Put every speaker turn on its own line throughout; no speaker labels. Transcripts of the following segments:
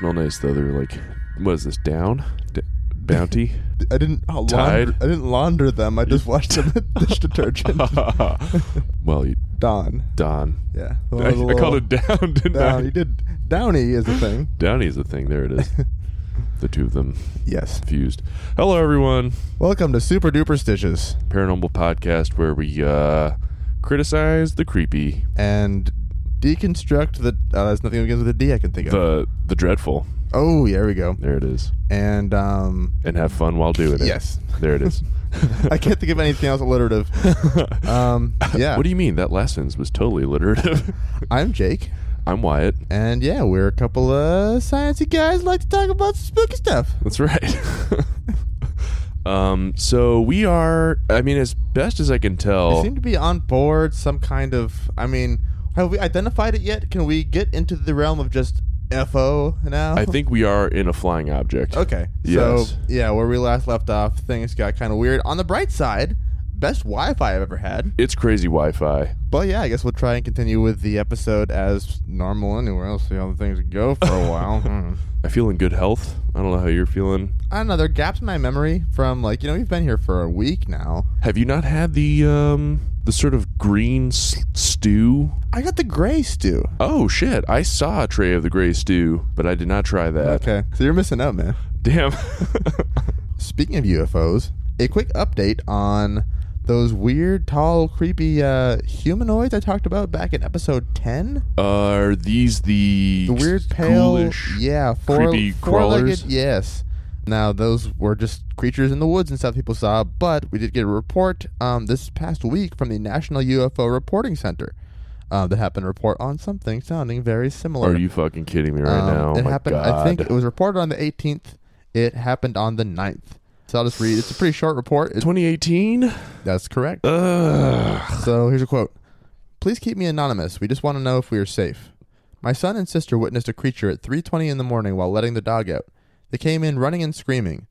real nice though. They were like, "What is this down, D- bounty?"
I didn't oh,
Tide?
launder. I didn't launder them. I just washed them with dish detergent.
Oh. well, you,
Don.
Don.
Yeah. the
I,
little-
I called it down, didn't
Down.
I?
You did. Downy is a thing.
Downey's the thing. There it is. the two of them
Yes.
fused. Hello, everyone.
Welcome to Super Duper Stitches
Paranormal podcast where we uh, criticize the creepy,
and deconstruct the. Uh, there's nothing against with a D I can think of.
the the dreadful.
oh, yeah, there we go.
There it is.
And um,
And have fun while doing it.
Yes.
There it is.
I can't think of anything else alliterative. Um, yeah.
What do you mean? That last sentence was totally alliterative.
I'm Jake,
I'm Wyatt.
and yeah, we're a couple of sciencey guys who like to talk about spooky stuff.
That's right. um, so we are. I mean, as best as I can
They
tell,
seem to be on board some kind of. I mean, have we identified it yet? Can we get into the realm of just FO now?
I think we are in a flying object.
Okay.
Yes.
So yeah, where we last left off, things got kind of weird. On the bright side, best Wi-Fi I've ever had.
It's crazy Wi-Fi.
But yeah, I guess we'll try and continue with the episode as normal. Anywhere else, see how things go for a while. Hmm.
I feel in good health. I don't know how you're feeling.
I don't know. There are gaps in my memory from like you know we've been here for a week now.
Have you not had the um the sort of green s- stew?
I got the gray stew.
Oh shit! I saw a tray of the gray stew, but I did not try that.
Okay, so you're missing out, man.
Damn.
Speaking of UFOs, a quick update on those weird, tall, creepy uh, humanoids I talked about back in episode ten.
are these the
The weird pale,
ghoulish-
yeah, four,
creepy
four-legged-
crawlers?
Yes. Now those were just creatures in the woods and stuff people saw, but we did get a report um, this past week from the National UFO Reporting Center uh, that happened to report on something sounding very similar.
Are you fucking kidding me right
Um,
now? Oh
It
my
happened.
God.
I think it was reported on the 18th. It happened on the 9th. So I'll just read. It's a pretty short report. It-
2018.
that's correct.
Ugh.
So here's a quote. Please keep me anonymous. We just want to know if we are safe. My son and sister witnessed a creature at 3:20 in the morning while letting the dog out. They came in running and screaming.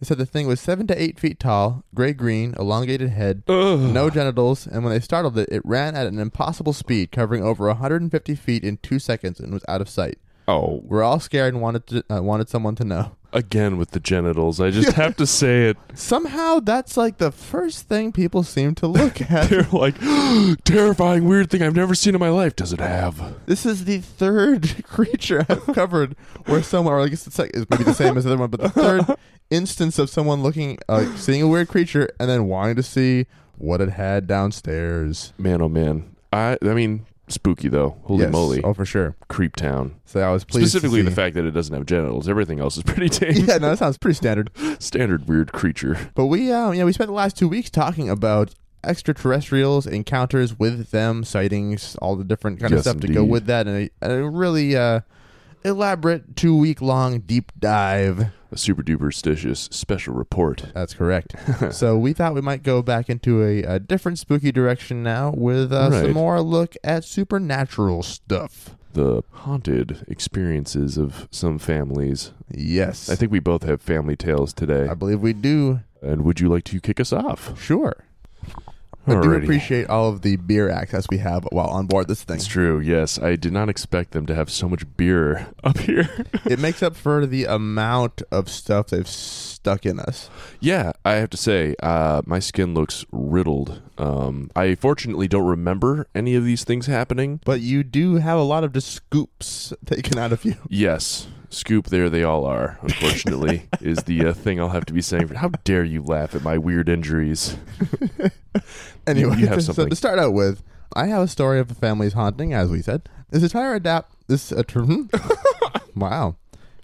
They said the thing was seven to eight feet tall, gray-green, elongated head,
Ugh.
no genitals, and when they startled it, it ran at an impossible speed, covering over 150 feet in two seconds, and was out of sight.
Oh,
We're all scared and wanted to, uh, wanted someone to know.
again with the genitals. I just have to say it.
Somehow, that's like the first thing people seem to look at.
They're like, terrifying, weird thing I've never seen in my life. Does it have?
This is the third creature I've covered where someone, or I guess it's, like, it's maybe the same as the other one, but the third instance of someone looking, uh, seeing a weird creature and then wanting to see what it had downstairs.
Man, oh man. I, I mean, spooky though. Holy
Yes.
moly,
Oh, for sure.
creep town.
So I was pleased.
Specifically,
to
the
see-
fact that it doesn't have genitals. Everything else is pretty tame.
Yeah, no, that sounds pretty standard.
Standard weird creature.
But we, um, you know, we spent the last two weeks talking about extraterrestrials, encounters with them, sightings, all the different kind
Yes,
of stuff to go
indeed.
with that, and a, a really uh, elaborate two week long deep dive.
A super duper stitious special report.
That's correct. so we thought we might go back into a, a different spooky direction now with uh,
Right.
some more look at supernatural stuff.
The haunted experiences of some families.
Yes,
I think we both have family tales today.
I believe we do.
And would you like to kick us off?
Sure. I do
Alrighty.
appreciate all of the beer access we have while on board this thing.
It's true. Yes, I did not expect them to have so much beer up here.
it makes up for the amount of stuff they've stuck in us.
yeah, I have to say, uh, my skin looks riddled. Um, I fortunately don't remember any of these things happening.
But you do have a lot of just scoops taken out of you.
Yes, scoop. There they all are. Unfortunately, is the uh, thing I'll have to be saying. How dare you laugh at my weird injuries?
Anyway,
you have
so
something.
to start out with, I have a story of a family's haunting, as we said. This entire adapt this uh, tr- hmm? wow,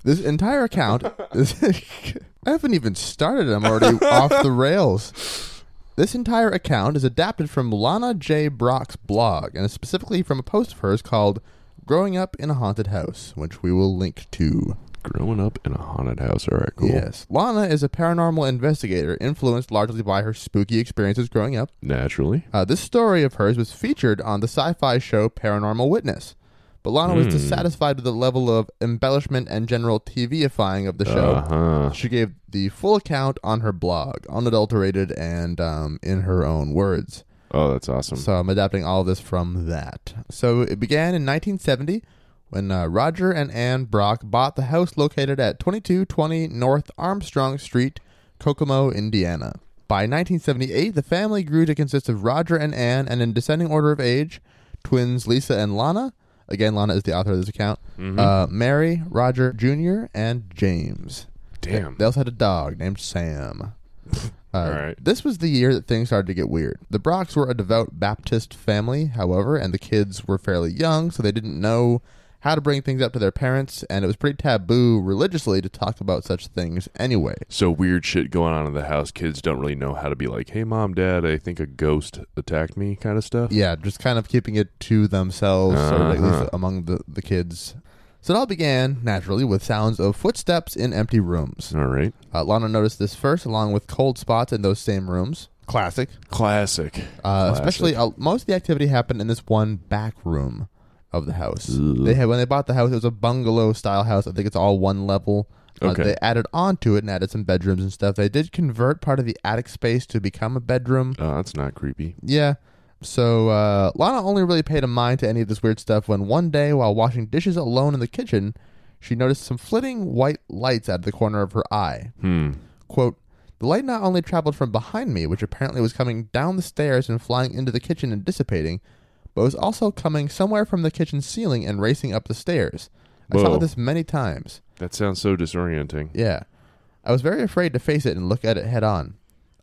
this entire account. Is, I haven't even started. I'm already off the rails. This entire account is adapted from Lana J. Brock's blog, and is specifically from a post of hers called "Growing Up in a Haunted House," which we will link to.
Growing up in a haunted house. All right, cool.
Yes, Lana is a paranormal investigator influenced largely by her spooky experiences growing up.
Naturally.
Uh, this story of hers was featured on the sci fi show Paranormal Witness. But Lana was dissatisfied with the level of embellishment and general TVifying of the show.
Uh-huh.
She gave the full account on her blog, unadulterated and um, in her own words.
Oh, that's awesome.
So I'm adapting all this from that. So it began in 1970 when uh, Roger and Ann Brock bought the house located at 2220 North Armstrong Street, Kokomo, Indiana. By 1978, the family grew to consist of Roger and Ann, and in descending order of age, twins Lisa and Lana. Again, Lana is the author of this account.
Mm-hmm.
Uh, Mary, Roger Jr., and James.
Damn.
They also had a dog named Sam. Uh,
All right.
This was the year that things started to get weird. The Brocks were a devout Baptist family, however, and the kids were fairly young, so they didn't know how to bring things up to their parents, and it was pretty taboo religiously to talk about such things anyway.
So weird shit going on in the house. Kids don't really know how to be like, "Hey, mom, dad, I think a ghost attacked me," kind of stuff.
Yeah, just kind of keeping it to themselves, or at
Uh-huh.
least among the, the kids. So it all began, naturally, with sounds of footsteps in empty rooms.
All right.
Uh, Lana noticed this first, along with cold spots in those same rooms. Classic.
Classic.
Uh,
Classic.
especially, uh, most of the activity happened in this one back room of the house.
Ugh.
They had when they bought the house, it was a bungalow style house. I think it's all one level. Uh,
Okay.
They added on to it and added some bedrooms and stuff. They did convert part of the attic space to become a bedroom.
Oh, that's not creepy.
Yeah. So uh, Lana only really paid a mind to any of this weird stuff when one day, while washing dishes alone in the kitchen, she noticed some flitting white lights out of the corner of her eye.
Hmm.
Quote, the light not only traveled from behind me, which apparently was coming down the stairs and flying into the kitchen and dissipating, but was also coming somewhere from the kitchen ceiling and racing up the stairs. I saw
Whoa.
this many times.
That sounds so disorienting.
Yeah. I was very afraid to face it and look at it head on.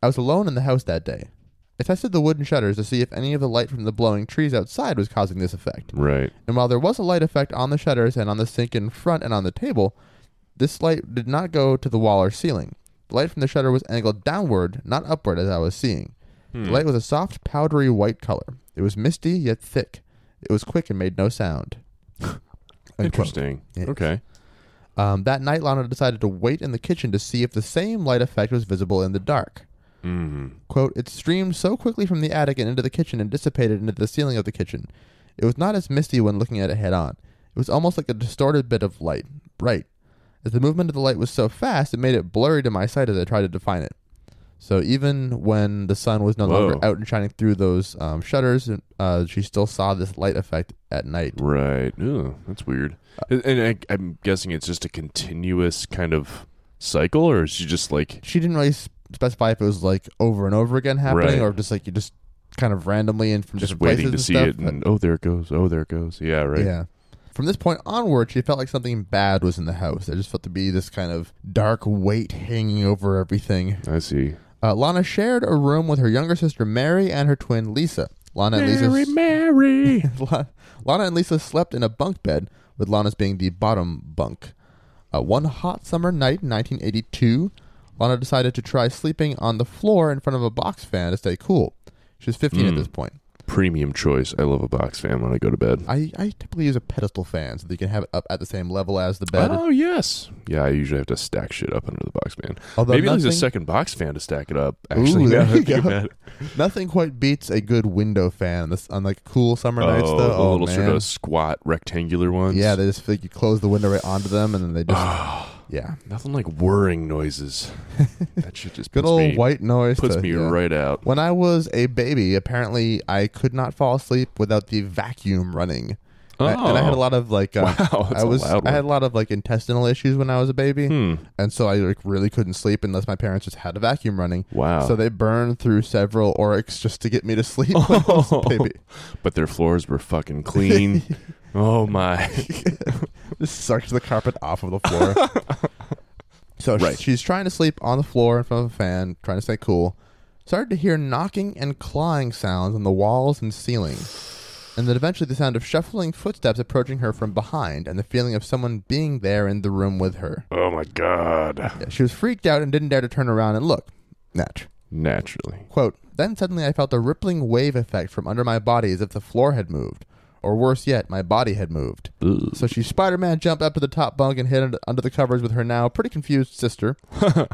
I was alone in the house that day. I tested the wooden shutters to see if any of the light from the blowing trees outside was causing this effect.
Right.
And while there was a light effect on the shutters and on the sink in front and on the table, this light did not go to the wall or ceiling. The light from the shutter was angled downward, not upward, as I was seeing.
Hmm.
The light was a soft, powdery white color. It was misty, yet thick. It was quick and made no sound. End quote.
Interesting.
Yes.
Okay.
Um, that night, Lana decided to wait in the kitchen to see if the same light effect was visible in the dark.
Mm.
Quote, it streamed so quickly from the attic and into the kitchen and dissipated into the ceiling of the kitchen. It was not as misty when looking at it head on. It was almost like a distorted bit of light, bright. As the movement of the light was so fast, it made it blurry to my sight as I tried to define it. So even when the sun was no
Whoa.
longer out and shining through those um, shutters, uh, she still saw this light effect at night.
Right. Ooh, that's weird. And, and I, I'm guessing it's just a continuous kind of cycle, or is she just like,
she didn't really s- specify if it was like over and over again
Right.
happening or just like you just kind of randomly and from
just
different
waiting
places
to
and
see
stuff.
it and oh there it goes oh there it goes yeah
but-
right
Yeah. From this point onward, she felt like something bad was in the house. There just felt to be this kind of dark weight hanging over everything.
i see
Uh, Lana shared a room with her younger sister Mary and her twin Lisa. Lana and Lisa. s-
mary
La- Lana and Lisa slept in a bunk bed, with Lana's being the bottom bunk. Uh, one hot summer night in 1982, Lana decided to try sleeping on the floor in front of a box fan to stay cool. She was 15 at
Mm.
this point.
premium choice i love a box fan when i go to bed
I, I typically use a pedestal fan so that you can have it up at the same level as the bed.
oh yes yeah i usually have to stack shit up under the box fan
Although
maybe there's a
nothing-
second box fan to stack it up actually now
Ooh, there
that I
you
think
go.
about it.
Nothing quite beats a good window fan on, this, on like cool summer nights,
oh,
though.
the
oh,
little
man.
sort of squat rectangular ones
yeah, they just like you close the window right onto them, and then they just
Ah,
yeah,
nothing like whirring noises that shit just
good
puts
old
me,
white noise
puts
to-
me
yeah.
right out
When I was a baby, apparently I could not fall asleep without the vacuum running. And I- and
Oh.
I had a lot of like, uh,
Wow, that's
I
a
was,
loud
I
one.
had a lot of like intestinal issues when I was a baby,
hmm.
and so I like really couldn't sleep unless my parents just had a vacuum running.
wow
So they burned through several Oryx just to get me to sleep. when I was a baby,
but their floors were fucking Oh, clean oh my
just sucked the carpet off of the floor. so sh-
Right.
she's trying to sleep on the floor in front of a fan, trying to stay cool. Started to hear knocking and clawing sounds on the walls and ceiling. And then eventually the sound of shuffling footsteps approaching her from behind and the feeling of someone being there in the room with her.
oh my god
Yeah, she was freaked out and didn't dare to turn around and look. Natch.
Naturally.
Quote, then suddenly I felt a rippling wave effect from under my body as if the floor had moved. Or worse yet, my body had moved. So she Spider Man jumped up to the top bunk and hid und- under the covers with her now pretty confused sister,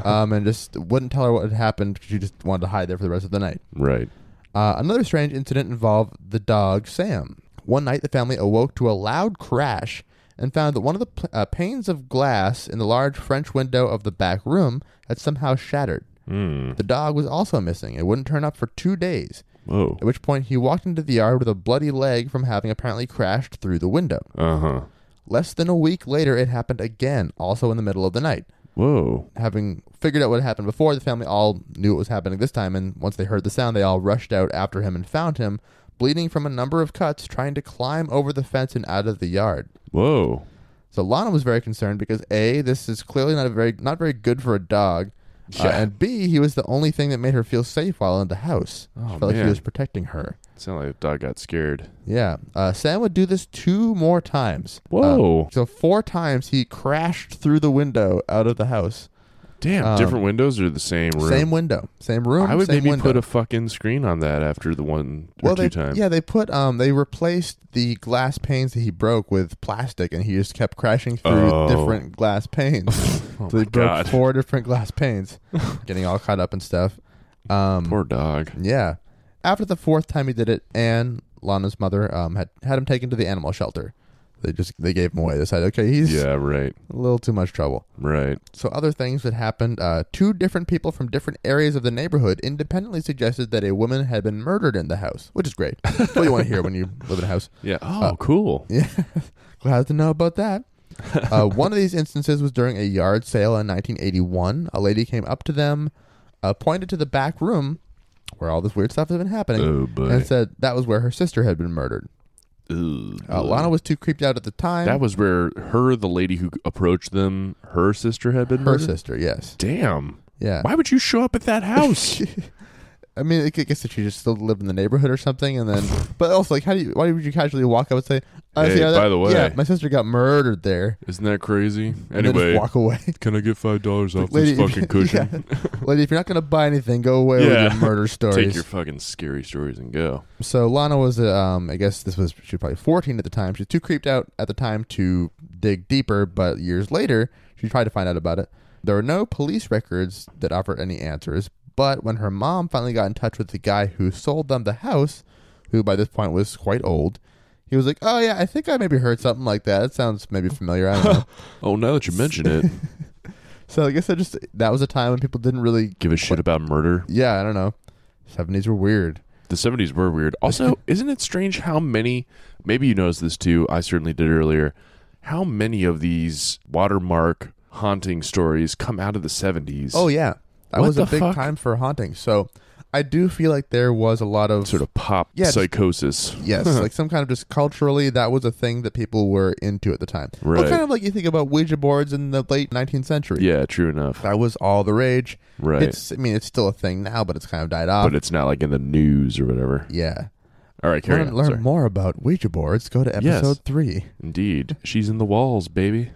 um, and just wouldn't tell her what had happened. 'cause She just wanted to hide there for the rest of the night.
Right.
Uh, another strange incident involved the dog Sam. One night, the family awoke to a loud crash and found that one of the pl- uh, panes of glass in the large French window of the back room had somehow shattered. The dog was also missing. It wouldn't turn up for two days,
Whoa.
at which point he walked into the yard with a bloody leg from having apparently crashed through the window.
Uh huh.
Less than a week later, it happened again, also in the middle of the night.
Whoa.
Having figured out what happened before, the family all knew what was happening this time, and once they heard the sound, they all rushed out after him and found him, bleeding from a number of cuts, trying to climb over the fence and out of the yard.
Whoa.
So Lana was very concerned because A, this is clearly not a very not very good for a dog. uh,
Yeah.
and B, he was the only thing that made her feel safe while in the house. She felt like
Oh, man.
he was protecting her.
Sound like a dog got scared.
Yeah. Uh, Sam would do this two more times. Uh,
Whoa.
so four times he crashed through the window out of the house.
Damn.
um,
different windows or the same room?
Same window, same room.
I would
same
maybe
window.
put a fucking screen on that after the one or
well,
two
they,
times.
yeah, they put um, they replaced the glass panes that he broke with plastic, and he just kept crashing through
Oh.
different glass panes.
Oh
so
my
he broke
God.
four different glass panes, getting all caught up and stuff. Um,
Poor dog.
yeah. After the fourth time he did it, Anne, Lana's mother, um, had had him taken to the animal shelter. They just they gave him away. They said, okay, he's
Yeah, right.
a little too much trouble.
Right.
So other things that happened, uh, two different people from different areas of the neighborhood independently suggested that a woman had been murdered in the house, which is great. That's what you want to hear when you live in a house.
Yeah. Oh, cool.
Yeah, glad to know about that. Uh, one of these instances was during a yard sale in 1981. A lady came up to them, uh, pointed to the back room where all this weird stuff had been happening,
Oh, boy.
and said that was where her sister had been murdered.
Ugh.
Uh, Lana was too creeped out at the time.
That was where her, the lady who approached them, her sister had been
her
murdered.
sister, yes.
Damn.
Yeah.
Why would you show up at that house?
I mean, I guess that she just still lived in the neighborhood or something, and then. But also, like, how do you? Why would you casually walk up and say, oh,
Hey,
see how
by the way.
yeah, my sister got murdered there."
Isn't that crazy?
And then just
Anyway,
walk away,
can I get five dollars off this
if-
fucking cushion?
yeah. lady, if you're not gonna buy anything, go away with
Yeah.
your murder
Take
stories.
your fucking scary stories and go.
so Lana was, uh, um, I guess this was she was probably 14 at the time. She was too creeped out at the time to dig deeper, but years later, she tried to find out about it. There were no police records that offered any answers, but when her mom finally got in touch with the guy who sold them the house, who by this point was quite old, he was like, "Oh yeah, I think I maybe heard something like that. It sounds maybe familiar. I don't know."
Oh, now that you mention it,
so I guess I just that was a time when people didn't really,
give a shit about murder.
yeah, I don't know. 70s were weird.
The seventies were weird. Also, isn't it strange how many? Maybe you noticed this too. I certainly did earlier. How many of these watermark haunting stories come out of the seventies?
Oh yeah, that
What
was a
the
big
fuck?
time for haunting. So I do feel like there was a lot of
sort of pop
Yeah, just-
psychosis.
yes, like some kind of just culturally that was a thing that people were into at the time. Well,
Right.
kind of like you think about Ouija boards in the late 19th century.
yeah, true enough.
That was all the rage.
Right.
It's um, I mean it's still a thing now, but it's kind of died off.
but it's not like in the news or whatever.
yeah.
All right, carry
learn
on.
learn
Sorry.
more about Ouija boards. Go to episode three.
Indeed, she's in the walls, baby.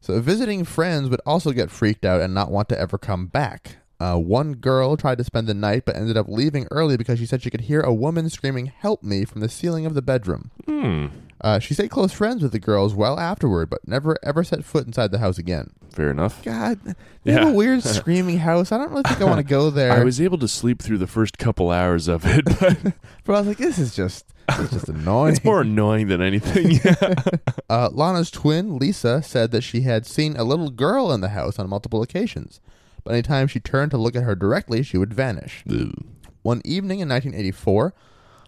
So visiting friends would also get freaked out and not want to ever come back. Uh, one girl tried to spend the night but ended up leaving early because she said she could hear a woman screaming "Help me!" from the ceiling of the bedroom.
Hmm.
Uh, she stayed close friends with the girls well afterward, but never ever set foot inside the house again.
Fair enough.
God, they have
Yeah.
a weird screaming house. I don't really think I want to go there.
I was able to sleep through the first couple hours of it, but
but I was like, this is just, it's just annoying.
it's more annoying than anything.
Uh, Lana's twin, Lisa, said that she had seen a little girl in the house on multiple occasions, but anytime she turned to look at her directly, she would vanish. One evening in 1984,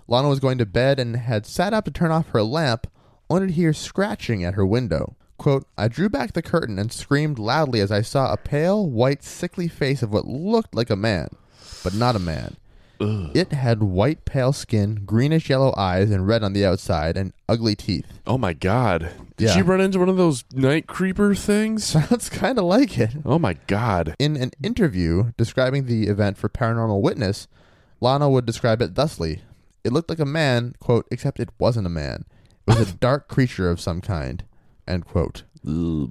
Lana was going to bed and had sat up to turn off her lamp, only to hear scratching at her window. Quote, I drew back the curtain and screamed loudly as I saw a pale, white, sickly face of what looked like a man, but not a man. It had white, pale skin, greenish yellow eyes, and red on the outside, and ugly teeth.
oh my god! Did
Yeah.
she run into one of those night creeper things?
Sounds kind of like it.
Oh my god!
In an interview describing the event for Paranormal Witness, Lana would describe it thusly It looked like a man, quote, except it wasn't a man. It was a dark creature of some kind, end quote.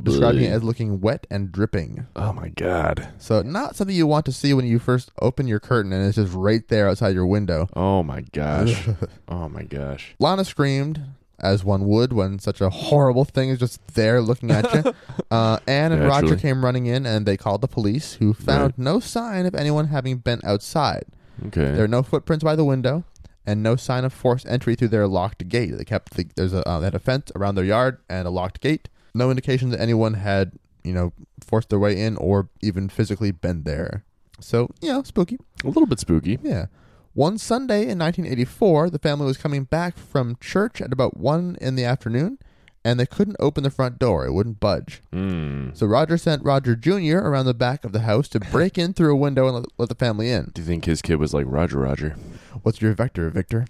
Describing it as looking wet and dripping.
Oh my god!
So, not something you want to see when you first open your curtain and it's just right there outside your window.
Oh my gosh! oh my gosh!
Lana screamed, as one would when such a horrible thing is just there looking at you. uh, Anne and
Naturally.
Roger came running in and they called the police, who found no sign of anyone having been outside.
Okay.
There are no footprints by the window, and no sign of forced entry through their locked gate. They kept the, there's a uh, they had a fence around their yard and a locked gate. No indication that anyone had you know forced their way in or even physically been there. So you know, spooky.
a little bit spooky.
Yeah. One Sunday in 1984, the family was coming back from church at about one in the afternoon, and they couldn't open the front door. It wouldn't budge.
Mm.
So Roger sent Roger Jr. around the back of the house to break in through a window and let, let the family in.
Do you think his kid was like Roger Roger?
What's your vector, Victor?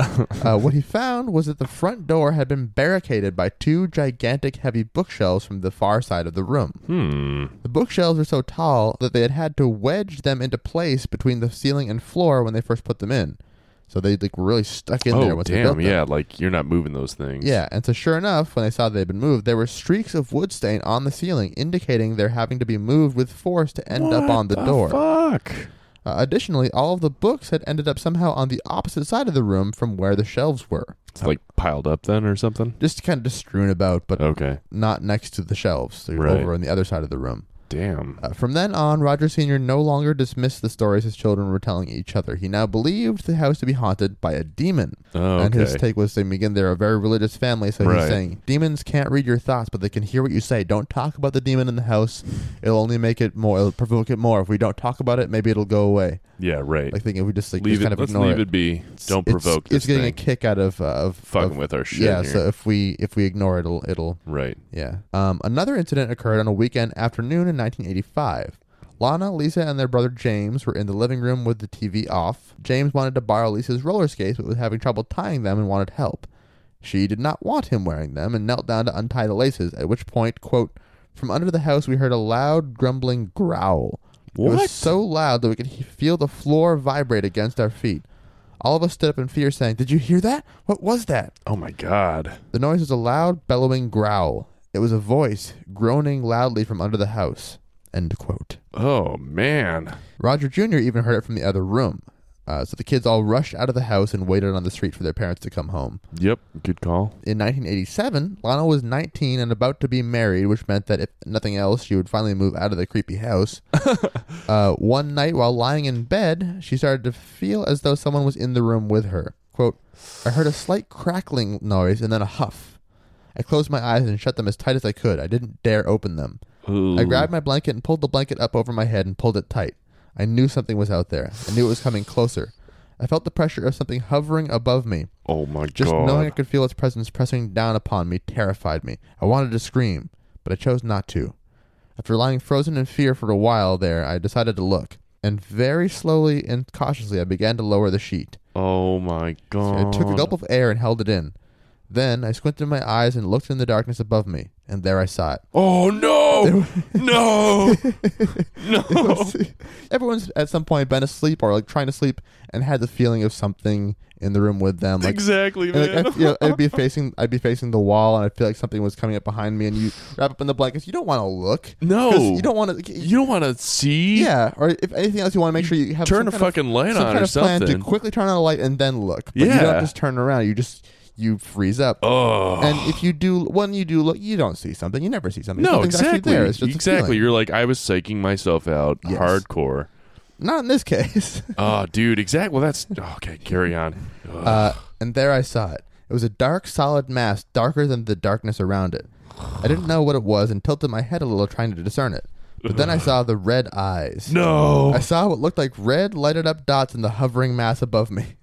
uh, what he found was that the front door had been barricaded by two gigantic heavy bookshelves from the far side of the room.
Hmm.
The bookshelves were so tall that they had had to wedge them into place between the ceiling and floor when they first put them in. So they like were really stuck in there
Oh
once they built
damn!
them.
Yeah, like you're not moving those things.
Yeah, and so sure enough, when they saw they had been moved, there were streaks of wood stain on the ceiling, indicating they're having to be moved with force to end up
What
on the, door.
Fuck.
Uh, additionally, all of the books had ended up somehow on the opposite side of the room from where the shelves were,
It's like piled up then or something.
just kind of just strewn about, but
Okay.
not next to the shelves. They were
Uh. Right.
over on the other side of the room.
Damn.
Uh, from then on, Roger Sr. no longer dismissed the stories his children were telling each other. He now believed the house to be haunted by a demon.
Oh,
And his
okay.
take was saying, again, they're a very religious family, so he's
Right.
saying, demons can't read your thoughts, but they can hear what you say. Don't talk about the demon in the house. It'll only make it more, it'll provoke it more. If we don't talk about it, maybe it'll go away.
yeah. Right.
Like, thinking if we just, like,
leave
just
it.
kind of
Let's
ignore
leave
it.
it, be. Don't
It's-
provoke
It's
this
getting
thing.
a kick out of, uh, of
Fucking
of-
with our shit.
Yeah,
here.
so if we if we ignore it, it'll it'll
right.
yeah. Um, another incident occurred on a weekend afternoon in 1985. Lana, Lisa, and their brother James were in the living room with the TV off. James wanted to borrow Lisa's roller skates but was having trouble tying them and wanted help. She did not want him wearing them and knelt down to untie the laces, at which point, quote, from under the house we heard a loud grumbling growl. It
What?
was so loud that we could he- feel the floor vibrate against our feet. All of us stood up in fear, saying, Did you hear that? What was that?
Oh my god.
The noise was a loud, bellowing growl. It was a voice groaning loudly from under the house. End quote.
Oh man.
Roger Jr. even heard it from the other room. Uh, so the kids all rushed out of the house and waited on the street for their parents to come home.
Yep. Good call.
In 1987, Lana was 19 and about to be married, which meant that if nothing else, she would finally move out of the creepy house. uh, one night, while lying in bed, she started to feel as though someone was in the room with her. Quote, I heard a slight crackling noise and then a huff. I closed my eyes and shut them as tight as I could. I didn't dare open them. I
Ooh.
grabbed my blanket and pulled the blanket up over my head and pulled it tight. I knew something was out there. I knew it was coming closer. I felt the pressure of something hovering above me.
Oh my
Just
god.
knowing I could feel its presence pressing down upon me terrified me. I wanted to scream, but I chose not to. After lying frozen in fear for a while there, I decided to look. And very slowly and cautiously, I began to lower the sheet.
oh my god.
I took a gulp of air and held it in. Then I squinted my eyes and looked in the darkness above me, and there I saw it.
Oh no! no! no!
Everyone's at some point been asleep or like trying to sleep and had the feeling of something in the room with them. Like
exactly,
And,
man.
like, I, you know, I'd be facing, I'd be facing the wall, and I feel like something was coming up behind me. And you wrap up in the blankets. You don't want to look. 'Cause
no,
you don't want to.
Oh. You don't want to see.
Yeah, or if anything else, you want to make sure you have
Turn a
some kind of-
fucking light
some
on
kind
or
of plan to
something.
quickly turn on a light and then look. But you don't
Yeah.
just turn around. You just you freeze up.
oh
And if you do, when you do look, you don't see something. You never see something.
no,
Something's actually
exactly.
there. It's just a
exactly.
feeling.
You're like I was psyching myself out
Yes.
hardcore.
Not in this case.
Oh, dude. Exactly. Well, that's oh, okay. Carry on. Ugh.
Uh, and there I saw it. It was a dark, solid mass, darker than the darkness around it. I didn't know what it was and tilted my head a little trying to discern it. But then I saw the red eyes.
no.
I saw what looked like red, lighted up dots in the hovering mass above me.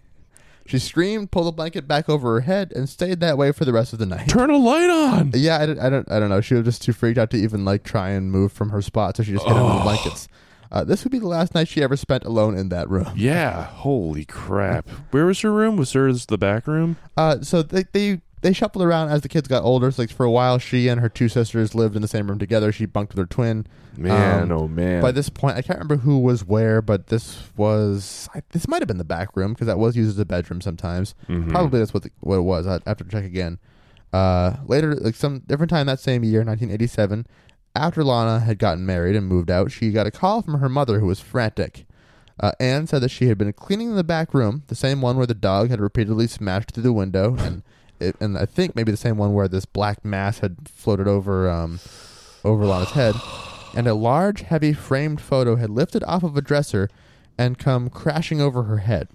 She screamed, pulled the blanket back over her head, and stayed that way for the rest of the night.
Turn a light on.
Yeah, I don't, I don't, I don't know. She was just too freaked out to even like try and move from her spot, so she just hid under the blankets. Uh, this would be the last night she ever spent alone in that room.
Yeah. Holy crap. Where was her room? Was hers the back room?
Uh, so they, they they shuffled around as the kids got older. So like for a while, she and her two sisters lived in the same room together. She bunked with her twin.
Man,
Um,
oh man.
By this point, I can't remember who was where, but this was I, this might have been the back room because that was used as a bedroom sometimes.
Mhm.
Probably that's what the, what it was. I have to check again. Uh, later, like some different time that same year, 1987, after Lana had gotten married and moved out, she got a call from her mother who was frantic. Uh, Anne said that she had been cleaning the back room, the same one where the dog had repeatedly smashed through the window, and it, and I think maybe the same one where this black mass had floated over um, over Lana's head, and a large, heavy framed photo had lifted off of a dresser and come crashing over her head.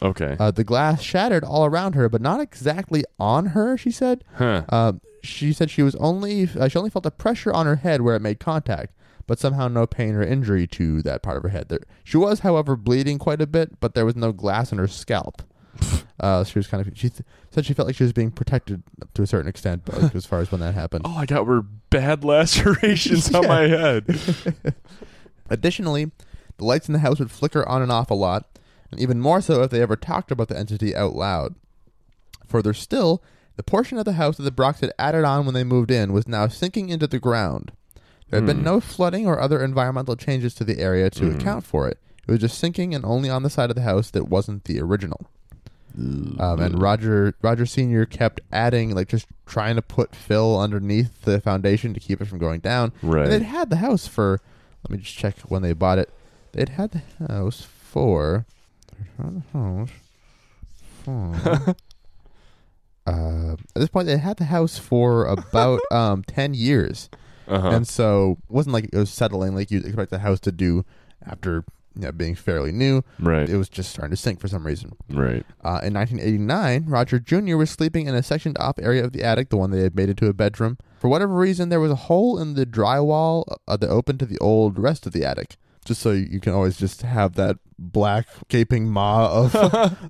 okay.
Uh, the glass shattered all around her, but not exactly on her. She said.
huh.
Uh, she said she was only uh, she only felt a pressure on her head where it made contact, but somehow no pain or injury to that part of her head. There, she was, however, bleeding quite a bit, but there was no glass in her scalp. Uh, she was kind of she th- said she felt like she was being protected to a certain extent, but like, as far as when that happened.
All Oh, I got were bad lacerations on
Yeah.
my head.
Additionally, the lights in the house would flicker on and off a lot, and even more so if they ever talked about the entity out loud. Further still, the portion of the house that the Brocks had added on when they moved in was now sinking into the ground. There had been no flooding or other environmental changes to the area to account for it. It was just sinking and only on the side of the house that wasn't the original. Um, and Roger Roger Senior kept adding, like just trying to put fill underneath the foundation to keep it from going down.
Right.
And they'd had the house for. Let me just check when they bought it. They'd had the house for. uh, they'd had the house for- uh, at this point, they had the house for about um, ten years,
Uh-huh.
and so it wasn't like it was settling like you'd expect the house to do after you know, being fairly new.
right.
It was just starting to sink for some reason.
right.
Uh, in 1989, Roger Jr. was sleeping in a sectioned off area of the attic, the one they had made into a bedroom. For whatever reason, there was a hole in the drywall uh, that opened to the old rest of the attic. Just so you can always just have that black gaping maw of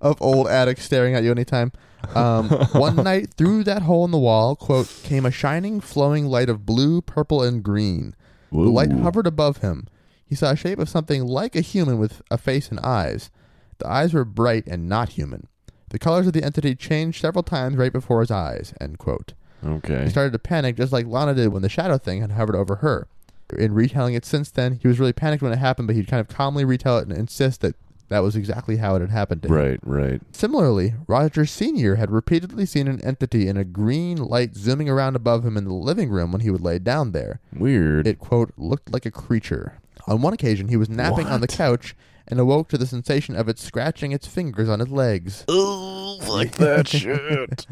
of old attic staring at you anytime. Um, one night, through that hole in the wall, quote, came a shining, flowing light of blue, purple, and green. The light
Ooh.
hovered above him. He saw a shape of something like a human with a face and eyes. The eyes were bright and not human. The colors of the entity changed several times right before his eyes. End quote. He
Okay.
started to panic just like Lana did when the shadow thing had hovered over her. In retelling it since then, he was really panicked when it happened, but he'd kind of calmly retell it and insist that that was exactly how it had happened to him.
Right, right.
Similarly, Roger Sr. had repeatedly seen an entity in a green light zooming around above him in the living room when he would lay down there.
Weird.
It, quote, looked like a creature. On one occasion, he was napping on the couch and awoke to the sensation of it scratching its fingers on his legs.
Ooh, like that shit.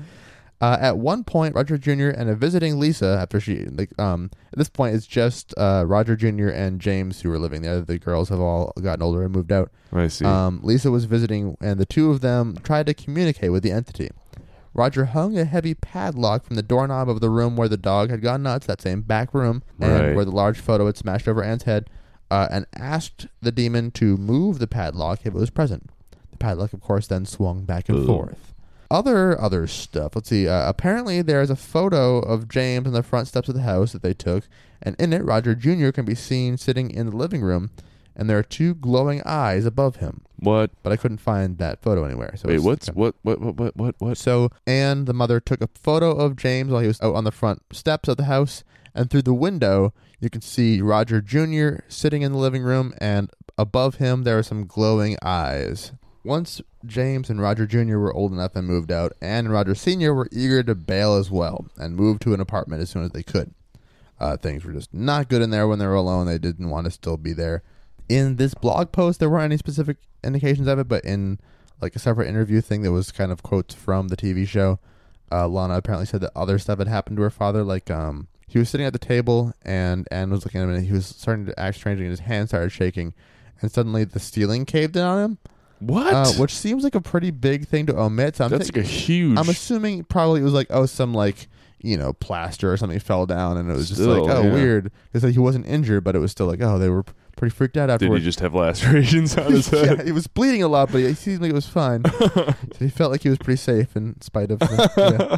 Uh, at one point, Roger Jr. and a visiting Lisa, after she, like, um, at this point, it's just uh, Roger Jr. and James who were living there. The girls have all gotten older and moved out.
I see.
Um, Lisa was visiting, and the two of them tried to communicate with the entity. Roger hung a heavy padlock from the doorknob of the room where the dog had gone nuts, that same back room,
Right.
and where the large photo had smashed over Anne's head, uh, and asked the demon to move the padlock if it was present. The padlock, of course, then swung back and
Ooh.
forth. Other other stuff. Let's see. Uh, apparently, there is a photo of James on the front steps of the house that they took, and in it, Roger Jr. can be seen sitting in the living room, and there are two glowing eyes above him.
what?
But I couldn't find that photo anywhere. So
Wait,
it's-
what's what what what what what what?
so Anne, the mother, took a photo of James while he was out on the front steps of the house, and through the window you can see Roger Jr. sitting in the living room, and above him there are some glowing eyes. Once James and Roger Jr. were old enough and moved out, Anne and Roger Sr. were eager to bail as well and move to an apartment as soon as they could. Uh, things were just not good in there when they were alone. They didn't want to still be there. In this blog post, there weren't any specific indications of it, but in like a separate interview thing that was kind of quotes from the TV show, uh, Lana apparently said that other stuff had happened to her father. Like um, he was sitting at the table and Anne was looking at him, and he was starting to act strangely, and his hand started shaking, and suddenly the ceiling caved in on him,
What?
uh, which seems like a pretty big thing to omit. So I'm
That's
thi-
like a huge.
I'm assuming probably it was like oh some like you know plaster or something fell down and it was just
Still,
like oh
yeah.
weird because like, he wasn't injured but it was still like oh they were p- pretty freaked out
did he
afterwards.
just have lacerations on his head?
yeah, he was bleeding a lot but he, he seemed like it was fine. so he felt like he was pretty safe in spite of the, yeah.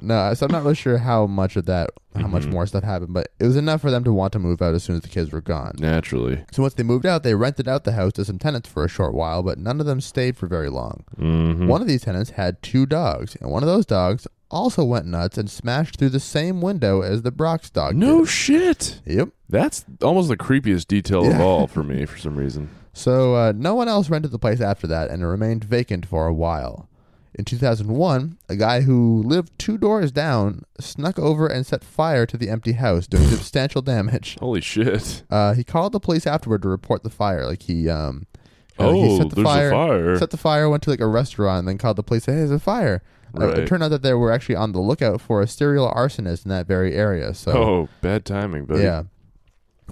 no. So I'm not really sure how much of that how much
Mhm.
more stuff happened but it was enough for them to want to move out as soon as the kids were gone.
Naturally.
So once they moved out, they rented out the house to some tenants for a short while, but none of them stayed for very long.
Mm-hmm.
One of these tenants had two dogs, and one of those dogs also went nuts and smashed through the same window as the Brock's dog.
No
did.
shit.
Yep.
That's almost the creepiest detail of
Yeah.
all for me for some reason.
So uh, no one else rented the place after that, and it remained vacant for a while. In 2001, a guy who lived two doors down snuck over and set fire to the empty house, doing substantial damage.
Holy shit.
Uh, he called the police afterward to report the fire. Like he, um, uh,
Oh,
he set the
there's
fire,
a fire.
set the fire, went to like a restaurant, and then called the police. Hey, there's a fire. Uh,
Right.
it turned out that they were actually on the lookout for a serial arsonist in that very area. So
oh, bad timing, buddy.
yeah.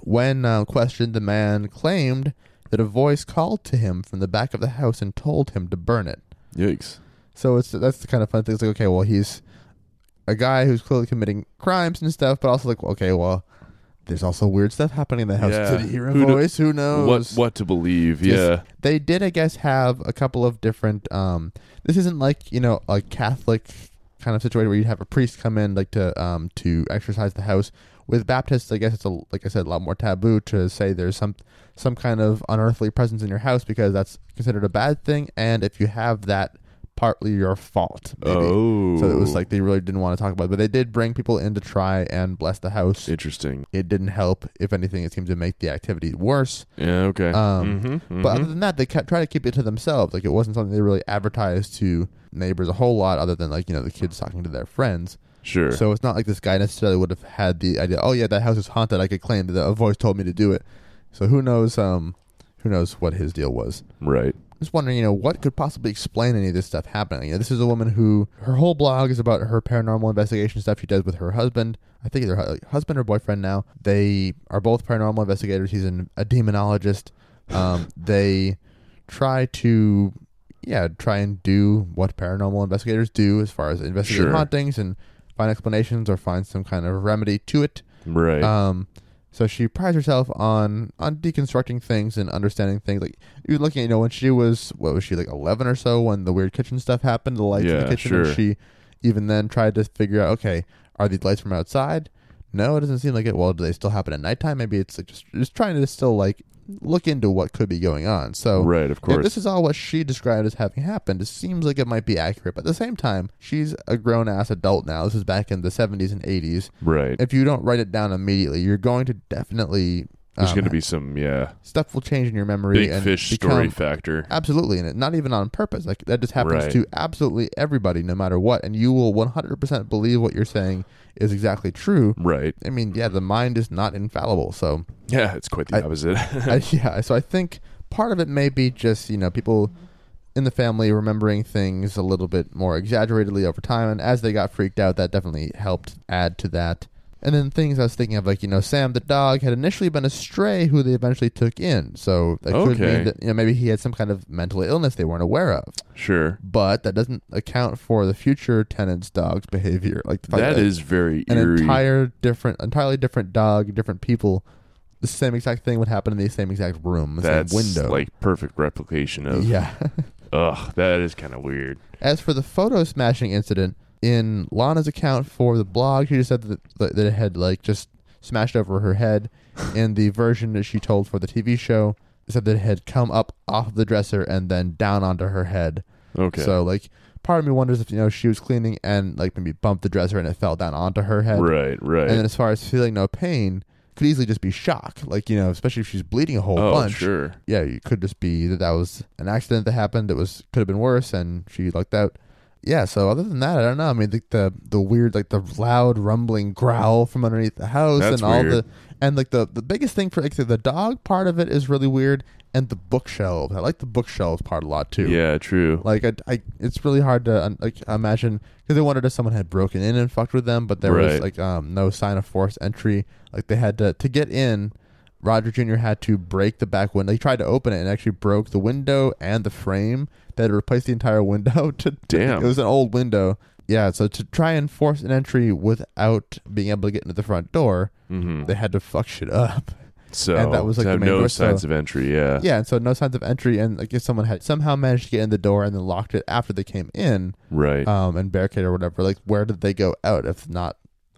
When uh, questioned, the man claimed that a voice called to him from the back of the house and told him to burn it.
Yikes.
So it's that's the kind of fun thing. It's like, okay, well, he's a guy who's clearly committing crimes and stuff, but also like, okay, well, There's also weird stuff happening in the house.
Yeah.
Did he hear a
Who kno-
voice? Who knows?
What what to believe?
Yes.
Yeah.
They did, I guess, have a couple of different. Um, this isn't like you know a Catholic kind of situation where you have a priest come in like to um to exercise the house. With Baptists, I guess it's a like I said, a lot more taboo to say there's some some kind of unearthly presence in your house because that's considered a bad thing, and if you have that, partly your fault. Maybe.
Oh,
So it was like they really didn't want to talk about it, but they did bring people in to try and bless the house. It,
interesting.
didn't help. If anything, it seemed to make the activity worse.
Yeah. Okay.
Um,
mm-hmm,
But other than that, they kept try to keep it to themselves. Like it wasn't something they really advertised to neighbors a whole lot, other than like you know the kids talking to their friends.
sure.
So it's not like this guy necessarily would have had the idea. Oh yeah, that house is haunted. I could claim that a voice told me to do it. So who knows? Um, who knows what his deal was?
right.
just wondering, you know, what could possibly explain any of this stuff happening. You know, this is a woman who her whole blog is about her paranormal investigation stuff she does with her husband. I think either hu- husband or boyfriend now. They are both paranormal investigators. He's an, a demonologist. Um, they try to, yeah, try and do what paranormal investigators do as far as investigating
Sure.
hauntings and find explanations or find some kind of remedy to it.
Right.
Um, so she prides herself on on deconstructing things and understanding things. Like you were looking, at, you know, when she was what was she like eleven or so when the weird kitchen stuff happened, the lights in the
Yeah,
kitchen,
sure.
and she even then tried to figure out, okay, are these lights from outside? No, it doesn't seem like it. Well, do they still happen at nighttime? Maybe it's like just just trying to still like look into what could be going on. So
right. Of
if
course.
this is all what she described as having happened, it seems like it might be accurate. But at the same time, she's a grown ass adult now. This is back in the 70s and 80s
right.
if you don't write it down immediately, you're going to definitely
There's
um,
going to be some yeah
stuff will change in your memory
big
and
fish
become,
story factor.
Absolutely, and it not even on purpose. Like that just happens
Right.
to absolutely everybody, no matter what, and you will 100% believe what you're saying is exactly true.
Right.
I mean, yeah, the mind is not infallible, so
Yeah. It's quite the
I-
opposite.
I, yeah. So I think part of it may be just you know people in the family remembering things a little bit more exaggeratedly over time, and as they got freaked out, that definitely helped add to that. And then things I was thinking of, like you know, Sam the dog had initially been a stray who they eventually took in, so that could
Okay.
mean that you know maybe he had some kind of mental illness they weren't aware of.
sure.
But that doesn't account for the future tenant's dog's behavior. Like the fact
That is very
an
eerie.
entire different, entirely different dog, different people. The same exact thing would happen in the same exact room, the
That's
same window.
like perfect replication of.
yeah.
Ugh. That is kind of weird.
As for the photo smashing incident, in Lana's account for the blog, she just said that, that that it had like just smashed over her head. in the version that she told for the TV show, it said that it had come up off the dresser and then down onto her head.
Okay.
So like, part of me wonders if you know she was cleaning and like maybe bumped the dresser and it fell down onto her head.
right. Right.
And then as far as feeling no pain, could easily just be shock. Like, you know, especially if she's bleeding a whole
oh,
bunch.
sure.
Yeah, it could just be that that was an accident that happened that was could have been worse and she lucked out. Yeah, so other than that, I don't know. I mean, the the, the weird like the loud rumbling growl from underneath the house
That's
and all
weird.
the and like the the biggest thing for like the dog part of it is really weird and the bookshelves. I like the bookshelves part a lot too.
Yeah. True.
Like I, I, it's really hard to um, like imagine because they wondered if someone had broken in and fucked with them, but there was
Right.
like um no sign of forced entry. Like they had to to get in. Roger Jr. had to break the back window. He tried to open it and actually broke the window and the frame that replaced the entire window. To to-
Damn.
it was an old window. Yeah, so to try and force an entry without being able to get into the front door,
hmm
they had to fuck shit up.
So
and that was, like,
to
the
have
main
no
door, so-
signs of entry. Yeah.
Yeah, and so no signs of entry. And like if someone had somehow managed to get in the door and then locked it after they came in,
Right.
um, and barricade or whatever. Like, where did they go out if not,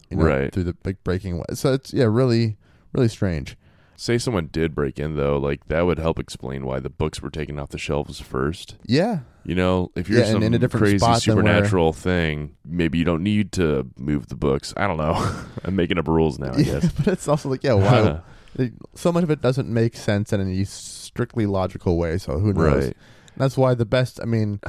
you know,
Right.
through the like breaking? wa- So it's yeah, really, really strange.
Say someone did break in though, like that would help explain why the books were taken off the shelves first.
Yeah,
You know, if you're
Yeah,
some
and in a different
crazy
spot than where-
supernatural thing, maybe you don't need to move the books. I don't know. I'm making up rules now, I guess.
but it's also like yeah, wow, Like, so much of it doesn't make sense in any strictly logical way. So who knows?
right.
That's why the best. I mean,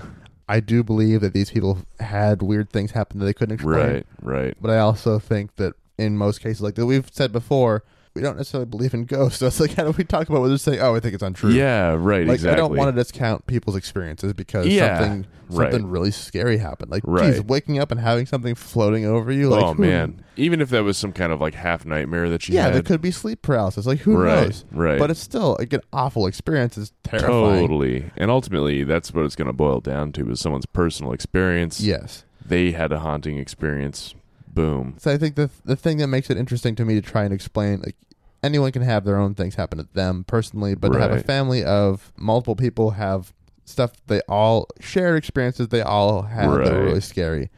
I do believe that these people had weird things happen that they couldn't explain.
Right. Right.
But I also think that in most cases, like that we've said before. We don't necessarily believe in ghosts. So it's like, how do we talk about whether saying, "Oh, I think it's untrue"?
Yeah, right,
like
exactly.
I don't want to discount people's experiences because
Yeah,
something
right.
something really scary happened. Like, geez,
Right.
waking up and having something floating over you. Like,
oh
who-
man. Even if that was some kind of like half nightmare that you
yeah,
had.
there could be sleep paralysis. Like, who
right.
knows?
Right.
But it's still like an awful experience. It's terrifying.
totally. And ultimately that's what it's gonna boil down to is someone's personal experience.
Yes.
They had a haunting experience. Boom.
So I think the the thing that makes it interesting to me to try and explain, like anyone can have their own things happen to them personally, but to have a
Right.
family of multiple people have stuff they all shared experiences they all had that were
Right.
really scary.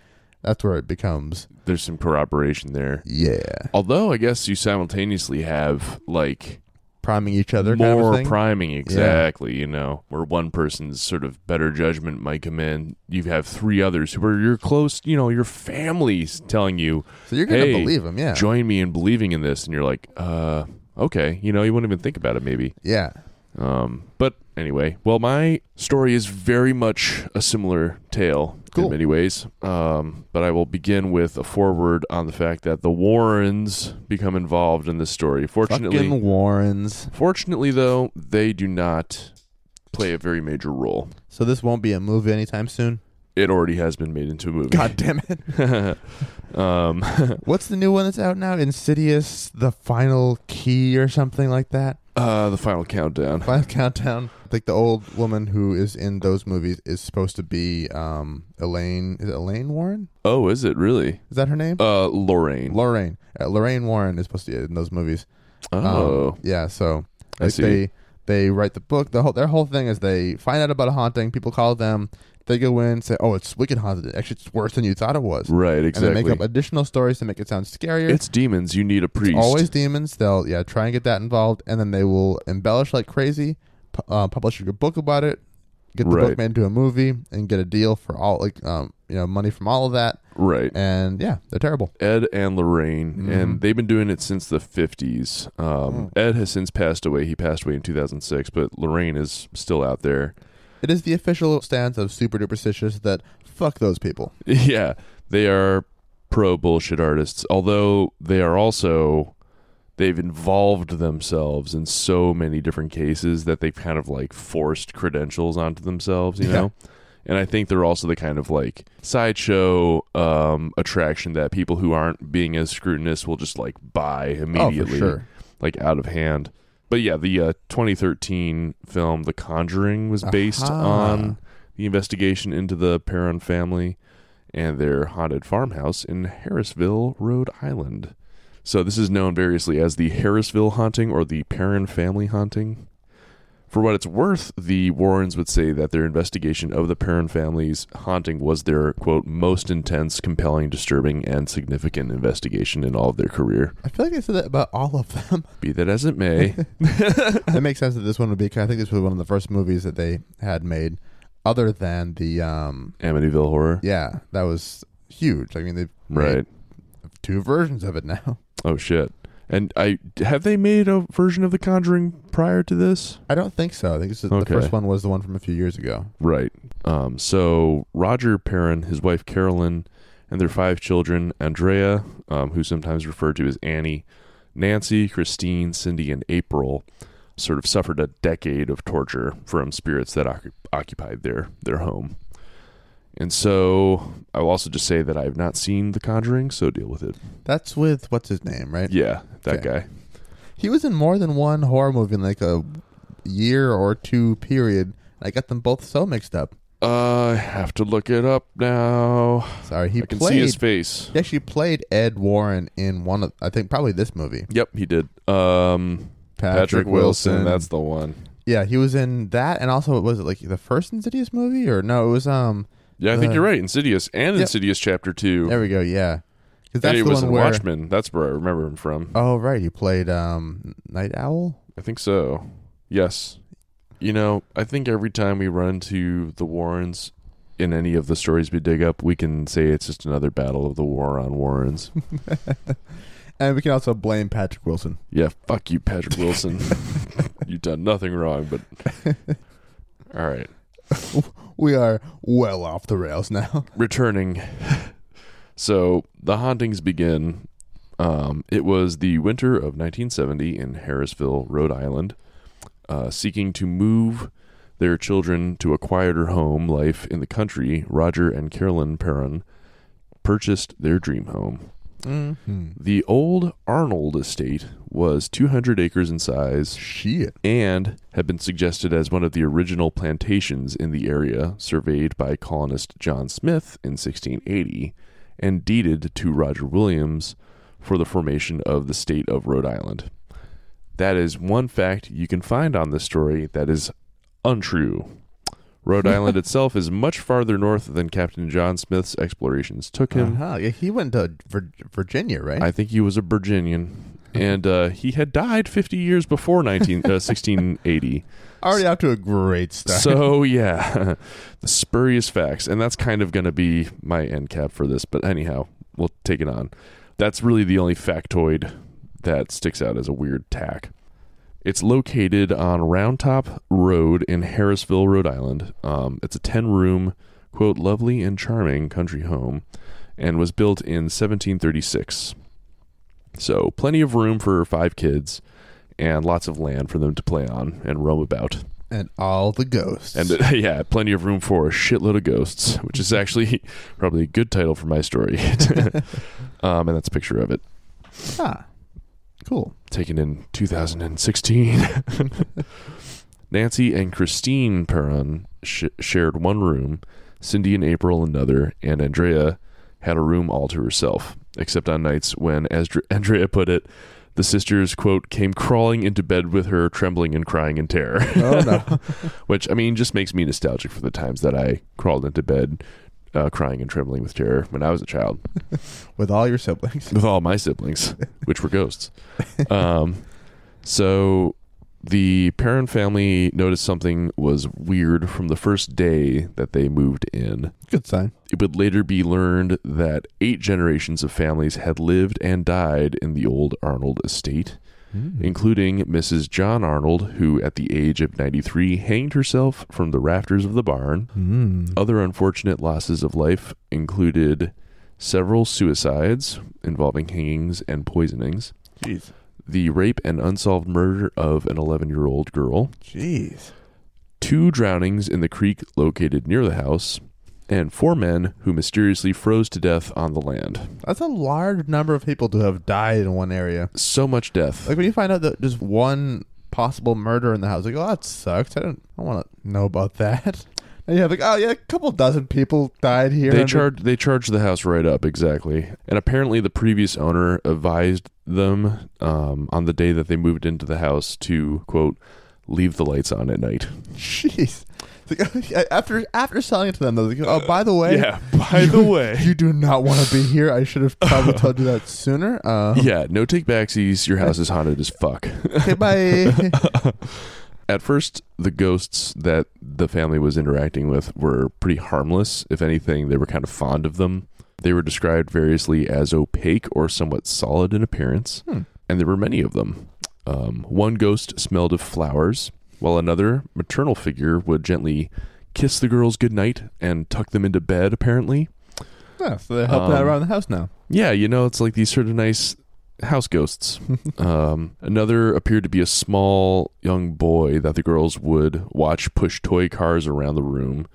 That's where it becomes
There's some corroboration there.
yeah,
Although I guess you simultaneously have like
priming each other kind of
more
thing.
priming exactly, you know, where one person's sort of better judgment might come in. You have three others who are your close, you know, your family's telling you,
so you're gonna
Hey,
believe them, yeah,
join me in believing in this and you're like, uh, okay. You know, you wouldn't even think about it maybe.
yeah.
Um, but anyway, well, my story is very much a similar tale
Cool.
in many ways. Um, but I will begin with a foreword on the fact that the Warrens become involved in this story. Fortunately,
Fucking Warrens.
fortunately though, they do not play a very major role.
So this won't be a movie anytime soon.
It already has been made into a movie.
God damn it!
um,
What's the new one that's out now? Insidious: The Final Key or something like that.
uh, the final countdown.
Final Countdown. Like the old woman who is in those movies is supposed to be um, Elaine. Is it Elaine Warren?
Oh, is it really?
Is that her name?
Uh, Lorraine.
Lorraine. Uh, Lorraine Warren is supposed to be in those movies. Um,
oh,
yeah. So
I
like
see.
they they write the book. The whole their whole thing is they find out about a haunting. People call them. They go in say, "Oh, it's wicked haunted. Actually, it's worse than you thought it was."
right.
And
Exactly.
they make up additional stories to make it sound scarier.
it's demons. You need a priest.
always demons. They'll yeah try and get that involved, and then they will embellish like crazy, pu- uh, publish a good book about it, get the book
Right.
made into a movie, and get a deal for all like um you know money from all of that,
right.
and yeah they're terrible.
Ed and Lorraine,
Mhm.
and they've been doing it since the 50s. Um,
Mm.
Ed has since passed away. He passed away in 2006, but Lorraine is still out there.
It is the official stance of super duperstitious that fuck those people. Oh,
yeah, they are pro bullshit artists, although they are also, they've involved themselves in so many different cases that they've kind of like forced credentials onto themselves, you
Yeah.
know? And I think they're also the kind of like sideshow um, attraction that people who aren't being as scrutinous will just like buy immediately.
Oh, for sure.
like out of hand. But yeah, the uh, 2013 film The Conjuring was based
Aha.
on the investigation into the Perron family and their haunted farmhouse in Harrisville, Rhode Island. So this is known variously as the Harrisville haunting or the Perron family haunting. For what it's worth, the Warrens would say that their investigation of the Perron family's haunting was their quote most intense, compelling, disturbing, and significant investigation in all of their career.
I feel like they said that about all of them.
Be that as it may,
it makes sense that this one would be. I think this was one of the first movies that they had made, other than the um
Amityville Horror.
yeah that was huge. I mean they've
Right.
made two versions of it now.
Oh shit. And I have they made a version of The Conjuring prior to this?
I don't think so. I think this is, the
Okay.
first one was the one from a few years ago.
Right. Um, so Roger Perrin, his wife Carolyn, and their five children, Andrea, um, who sometimes referred to as Annie, Nancy, Christine, Cindy, and April, sort of suffered a decade of torture from spirits that occu- occupied their their home. And so I will also just say that I have not seen The Conjuring, so deal with it.
That's with what's his name, right?
Yeah, that
Okay.
guy.
He was in more than one horror movie in like a year or two period. I got them both so mixed up.
Uh, I have to look it up now.
Sorry, he
I can
played.
see his face.
He actually played Ed Warren in one of, I think, probably this movie.
Yep, he did. Um, Patrick, Wilson, That's the one.
yeah. He was in that, and also was it like the first Insidious movie or no? It was um.
Yeah, I think
Uh,
you're right. Insidious and
yep.
Insidious Chapter Two.
There we go. Yeah, because
and
that's
he
the
was
one
in
where.
Watchmen. That's where I remember him from.
Oh right, he played um Night Owl.
I think so. Yes. You know, I think every time we run into the Warrens in any of the stories we dig up, we can say it's just another battle of the war on Warrens.
And we can also blame Patrick Wilson.
yeah, fuck you, Patrick Wilson. You've done nothing wrong, but. All right.
We are well off the rails now.
returning. so the hauntings begin. Um, it was the winter of 1970 in Harrisville, Rhode Island. Uh, seeking to move their children to a quieter home life in the country, Roger and Carolyn Perrin purchased their dream home.
Mm-hmm.
The old Arnold estate was 200 acres in size
Shit.
and had been suggested as one of the original plantations in the area surveyed by colonist John Smith in 1680 and deeded to Roger Williams for the formation of the state of Rhode Island. That is one fact you can find on this story that is untrue. Rhode Island itself is much farther north than Captain John Smith's explorations took him.
Uh-huh. Yeah, he went to Vir- Virginia, right?
I think he was a Virginian, and uh, he had died 50 years before 19, uh, 1680.
Already off to a great start.
So yeah, the spurious facts, and that's kind of going to be my end cap for this. But anyhow, we'll take it on. That's really the only factoid that sticks out as a weird tack. It's located on Round Top Road in Harrisville, Rhode Island. Um, it's a ten-room, quote, lovely and charming country home, and was built in 1736. So plenty of room for five kids, and lots of land for them to play on and roam about.
and all the ghosts.
And uh, yeah, plenty of room for a shitload of ghosts, which is actually probably a good title for my story. um, and that's a picture of it
ah, cool.
taken in 2016. Nancy and Christine Perron sh- shared one room, Cindy and April another, and Andrea had a room all to herself, except on nights when, as Dr- Andrea put it, the sisters, quote, came crawling into bed with her, trembling and crying in terror.
Oh no.
which I mean just makes me nostalgic for the times that I crawled into bed uh, crying and trembling with terror when I was a child
With all your siblings.
with all my siblings, which were ghosts. Um, so the parent family noticed something was weird from the first day that they moved in.
Good sign.
It would later be learned that eight generations of families had lived and died in the old Arnold estate
Hmm. Mm-hmm.
including Mrs. John Arnold, who at the age of 93 hanged herself from the rafters of the barn.
Mm.
Other unfortunate losses of life included several suicides involving hangings and poisonings,
Jeez.
the rape and unsolved murder of an 11 year old girl,
Jeez.
two drownings in the creek located near the house, and four men who mysteriously froze to death on the land.
That's a large number of people to have died in one area.
So much death.
Like when you find out that there's one possible murder in the house, like, oh, that sucks. I don't, I want to know about that. And you have like, oh yeah, a couple dozen people died here.
They
and-
charged they charged the house right up exactly, and apparently the previous owner advised them um, on the day that they moved into the house to quote leave the lights on at night.
Jeez. It's like, after after selling it to them, they're like, oh, by the way,
Yeah, by the way,
you do not want to be here. I should have probably told you that sooner. Uh,
yeah, no take backsies. Your house is haunted as fuck.
Okay, bye.
At first, the ghosts that the family was interacting with were pretty harmless. If anything, they were kind of fond of them. They were described variously as opaque or somewhat solid in appearance,
Hmm.
and there were many of them. Um, one ghost smelled of flowers, while another maternal figure would gently kiss the girls goodnight and tuck them into bed, apparently.
Yeah, so they're helping out
Um,
around the house now.
Yeah, you know, it's like these sort of nice house ghosts. um, another appeared to be a small young boy that the girls would watch push toy cars around the room,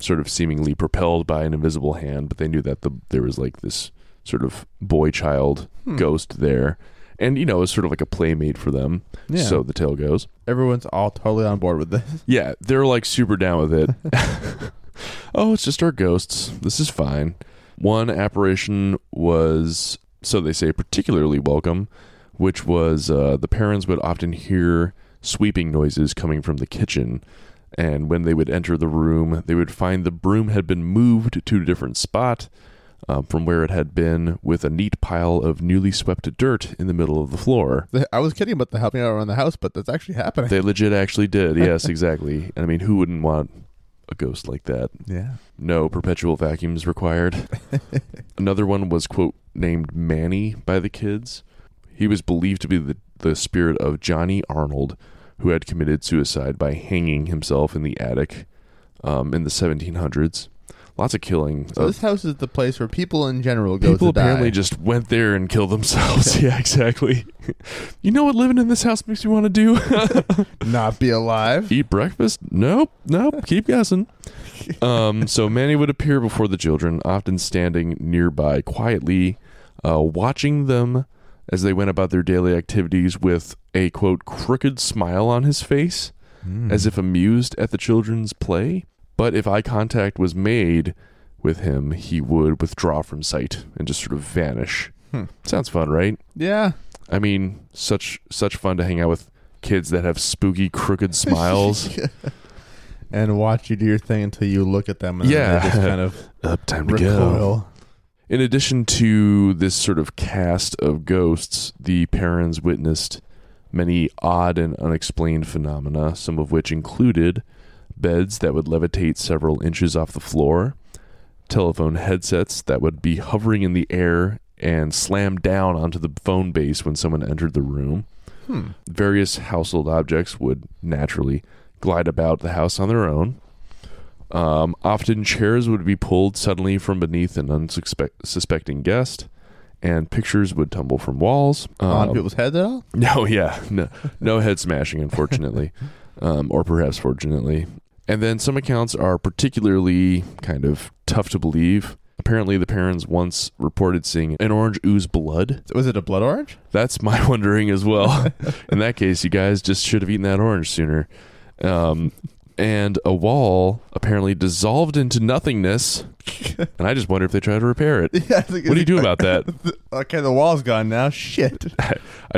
sort of seemingly propelled by an invisible hand, but they knew that the there was like this sort of boy child
Hmm.
ghost there. And you know, it was sort of like a playmate for them.
Yeah.
So the tale goes.
Everyone's all totally on board with this.
Yeah, they're like super down with it. oh, it's just our ghosts. This is fine. One apparition was, so they say, particularly welcome, which was uh, the parents would often hear sweeping noises coming from the kitchen. And when they would enter the room, they would find the broom had been moved to a different spot um, from where it had been, with a neat pile of newly swept dirt in the middle of the floor.
They- I was kidding about the helping out around the house, but that's actually happening.
They legit actually did. Yes, exactly. And I mean, who wouldn't want a ghost like that?
yeah.
No perpetual vacuums required. Another one was, quote, named Manny by the kids. He was believed to be the, the spirit of Johnny Arnold, who had committed suicide by hanging himself in the attic um, in the 1700s. Lots of killing.
So
of-
this house is the place where people in general go
Uh, people
to die.
apparently just went there and killed themselves. yeah, exactly. you know what living in this house makes me want to do?
not be alive.
eat breakfast? Nope, nope. Keep guessing. Um, so Manny would appear before the children, often standing nearby quietly, uh, watching them as they went about their daily activities with a quote crooked smile on his face,
Hmm.
as if amused at the children's play. But if eye contact was made, with him, he would withdraw from sight and just sort of vanish.
Hmm.
Sounds fun, right?
Yeah.
I mean, such such fun to hang out with kids that have spooky, crooked smiles.
And watch you do your thing until you look at them and then
Yeah.
they just kind of
Up, time to go.
recoil.
In addition to this sort of cast of ghosts, the Perrins witnessed many odd and unexplained phenomena, some of which included beds that would levitate several inches off the floor, telephone headsets that would be hovering in the air and slam down onto the phone base when someone entered the room.
Hmm.
Various household objects would naturally glide about the house on their own. Um, often, chairs would be pulled suddenly from beneath an unsuspecting guest, and pictures would tumble from walls.
On
Um,
people's heads at all?
no, yeah, no, no head smashing, unfortunately, um, or perhaps fortunately. And then some accounts are particularly kind of tough to believe. Apparently, the parents once reported seeing an orange ooze blood.
Was it a blood orange?
That's my wondering as well. In that case, you guys just should have eaten that orange sooner. Um, and a wall apparently dissolved into nothingness. And I just wonder if they tried to repair it.
Yeah, I think
What do you
it's-
do about that?
Okay, the wall's gone now. Shit.
I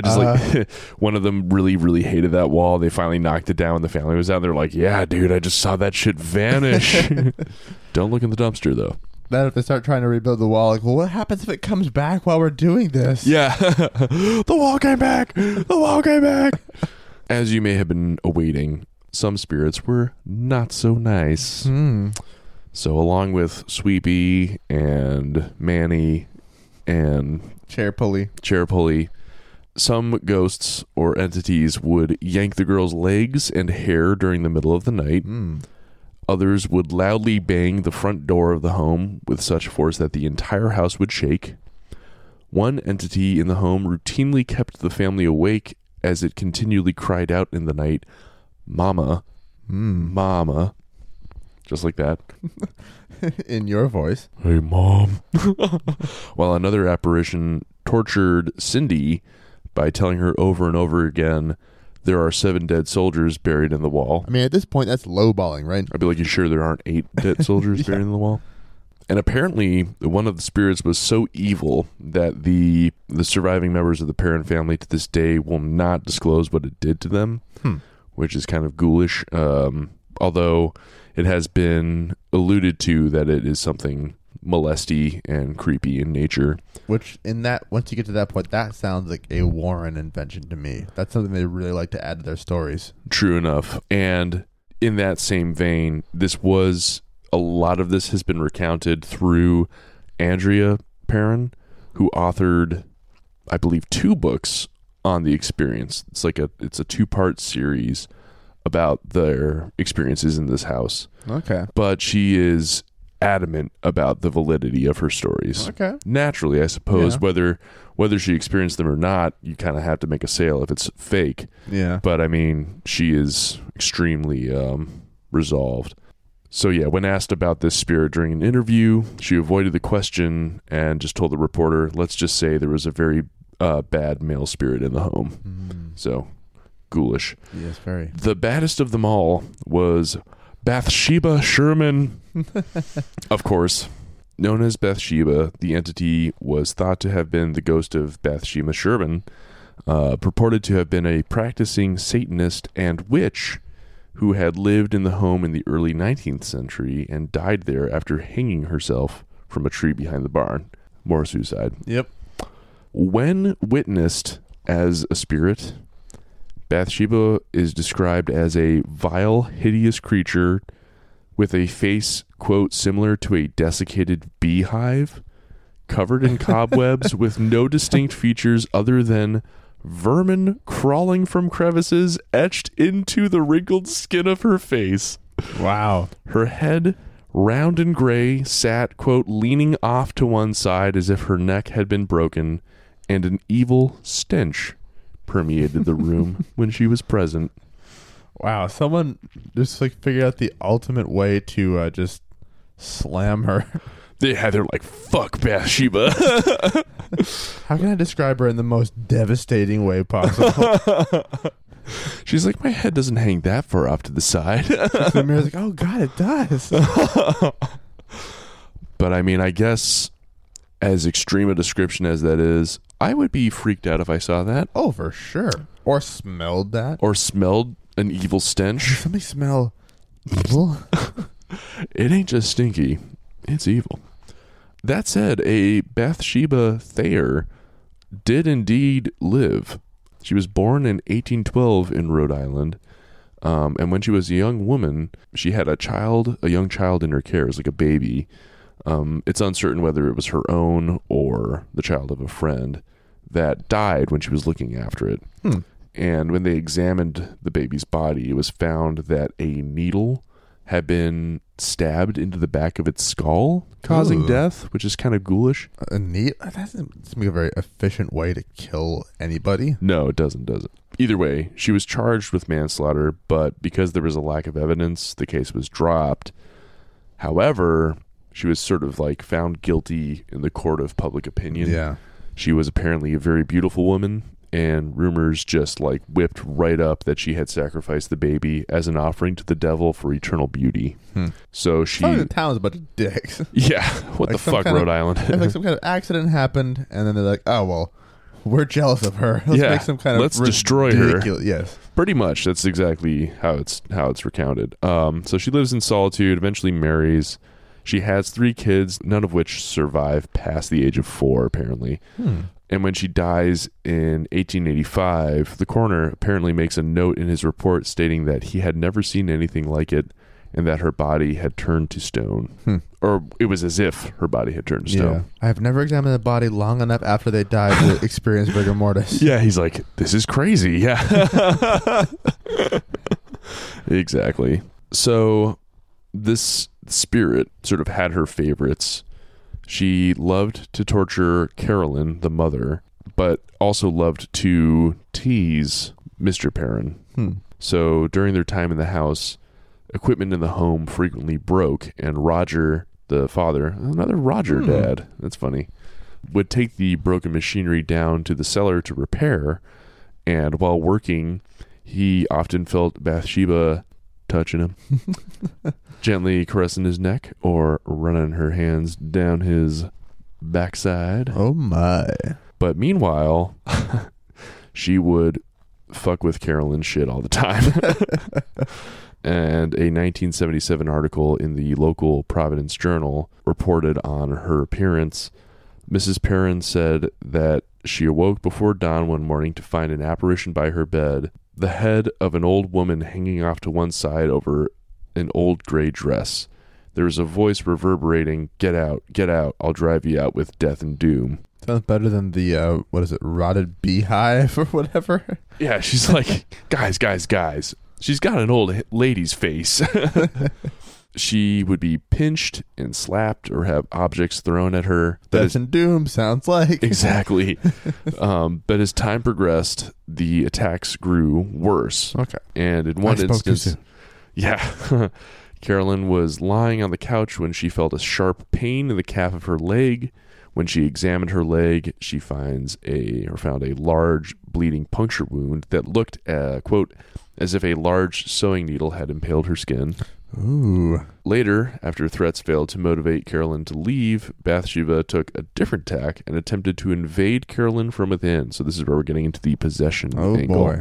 just like one of them really, really hated that wall. They finally knocked it down when the family was out. They're like, "Yeah, dude, I just saw that shit vanish." Don't look in the dumpster though.
Then if they start trying to rebuild the wall, like, well, what happens if it comes back while we're doing this?
Yeah, the wall came back. The wall came back. As you may have been awaiting, some spirits were not so nice.
Hmm.
So, along with Sweepy and Manny and
Chair pulley.
chair pulley, some ghosts or entities would yank the girl's legs and hair during the middle of the night.
Hmm.
Others would loudly bang the front door of the home with such force that the entire house would shake. One entity in the home routinely kept the family awake as it continually cried out in the night, Mama,
Hmm.
Mama. Just like that.
In your voice.
Hey, mom. While another apparition tortured Cindy by telling her over and over again, there are seven dead soldiers buried in the wall.
I mean, at this point, that's lowballing, right?
I'd be like, you sure there aren't eight dead soldiers
Yeah.
buried in the wall? And apparently, one of the spirits was so evil that the the surviving members of the parent family to this day will not disclose what it did to them,
Hmm.
which is kind of ghoulish. Um, although it has been alluded to that it is something molesty and creepy in nature.
Which, in that, once you get to that point, that sounds like a Warren invention to me. That's something they really like to add to their stories.
True enough. And in that same vein, this was a lot of this has been recounted through Andrea Perrin, who authored, I believe, two books on the experience. It's like a it's a two part series about their experiences in this house.
Okay.
But she is adamant about the validity of her stories
Okay.
naturally i suppose
Yeah.
whether whether she experienced them or not you kind of have to make a sale if it's fake
Yeah.
but I mean, she is extremely um, resolved. So, yeah, when asked about this spirit during an interview, she avoided the question and just told the reporter, let's just say there was a very uh, bad male spirit in the home.
Mm.
So, ghoulish.
Yes, very.
The baddest of them all was Bathsheba Sherman. of course. Known as Bathsheba, the entity was thought to have been the ghost of Bathsheba Sherman, uh, purported to have been a practicing Satanist and witch who had lived in the home in the early 19th century and died there after hanging herself from a tree behind the barn. More suicide.
Yep.
When witnessed as a spirit, Bathsheba is described as a vile, hideous creature with a face, quote, similar to a desiccated beehive, covered in cobwebs with no distinct features other than vermin crawling from crevices etched into the wrinkled skin of her face.
Wow.
Her head, round and gray, sat, quote, leaning off to one side as if her neck had been broken, and an evil stench permeated the room when she was present.
Wow, someone just like figured out the ultimate way to uh, just slam her.
They had her like, fuck Bathsheba.
How can I describe her in the most devastating way possible?
She's like, my head doesn't hang that far off to the side.
the mirror's like, oh god, it does.
But I mean, I guess as extreme a description as that is, I would be freaked out if I saw that
Oh, for sure. Or smelled that.
or smelled an evil stench.
Something smell evil.
It ain't just stinky, it's evil. That said, a Bathsheba Thayer did indeed live. She was born in 1812 in Rhode Island. Um, and when she was a young woman, she had a child, a young child in her care, as like a baby. Um, it's uncertain whether it was her own or the child of a friend that died when she was looking after it.
Hmm.
And when they examined the baby's body, it was found that a needle had been stabbed into the back of its skull, causing
Ooh.
death, which is kind of ghoulish.
A neat. That doesn't seem like a very efficient way to kill anybody.
No, it doesn't, does it? Either way, she was charged with manslaughter, but because there was a lack of evidence, the case was dropped. However, she was sort of like found guilty in the court of public opinion.
Yeah.
She was apparently a very beautiful woman, and rumors just like whipped right up that she had sacrificed the baby as an offering to the devil for eternal beauty.
Hmm.
So she,
Probably the town's a bunch of dicks.
yeah, what the
Like some
fuck,
kind of-
Rhode Island?
It's like some kind of accident happened, and then they're like, "Oh well, we're jealous of her. Let's
Yeah.
make some kind of
Let's destroy her."
ridiculous- Yes,
pretty much that's exactly how it's how it's recounted um so she lives in solitude eventually marries she has three kids none of which survive past the age of four apparently and when she dies in 1885 the coroner apparently makes a note in his report stating that he had never seen anything like it and that her body had turned to stone
Hmm.
or it was as if her body had turned to
yeah.
stone
I have never examined a body long enough after they died to experience rigor mortis.
Yeah, he's like, this is crazy. Yeah. exactly. So this spirit sort of had her favorites. She loved to torture Carolyn, the mother, but also loved to tease Mr. Perrin.
Hmm.
So during their time in the house, equipment in the home frequently broke, and Roger, the father, another Roger
Hmm.
dad, that's funny, would take the broken machinery down to the cellar to repair. And while working, he often felt Bathsheba touching him, gently caressing his neck or running her hands down his backside.
Oh my!
But meanwhile, she would fuck with Carolyn shit all the time. and a 1977 article in the local Providence Journal reported on her appearance. Mrs. Perrin said that she awoke before dawn one morning to find an apparition by her bed, the head of an old woman hanging off to one side over an old gray dress. There was a voice reverberating, Get out, get out, I'll drive you out with death and doom.
Sounds better than the uh, what is it, rotted beehive or whatever.
Yeah, she's like, guys, guys, guys. She's got an old h- lady's face. she would be pinched and slapped or have objects thrown at her. That
Death
is
and doom sounds like.
exactly. um, but as time progressed, the attacks grew worse.
Okay.
And in one
I spoke too
instance,
soon.
yeah, Carolyn was lying on the couch when she felt a sharp pain in the calf of her leg. When she examined her leg, she finds a or found a large bleeding puncture wound that looked, uh, quote, as if a large sewing needle had impaled her skin.
Ooh.
Later, after threats failed to motivate Carolyn to leave, Bathsheba took a different tack and attempted to invade Carolyn from within. So this is where we're getting into the possession
Oh
angle.
boy.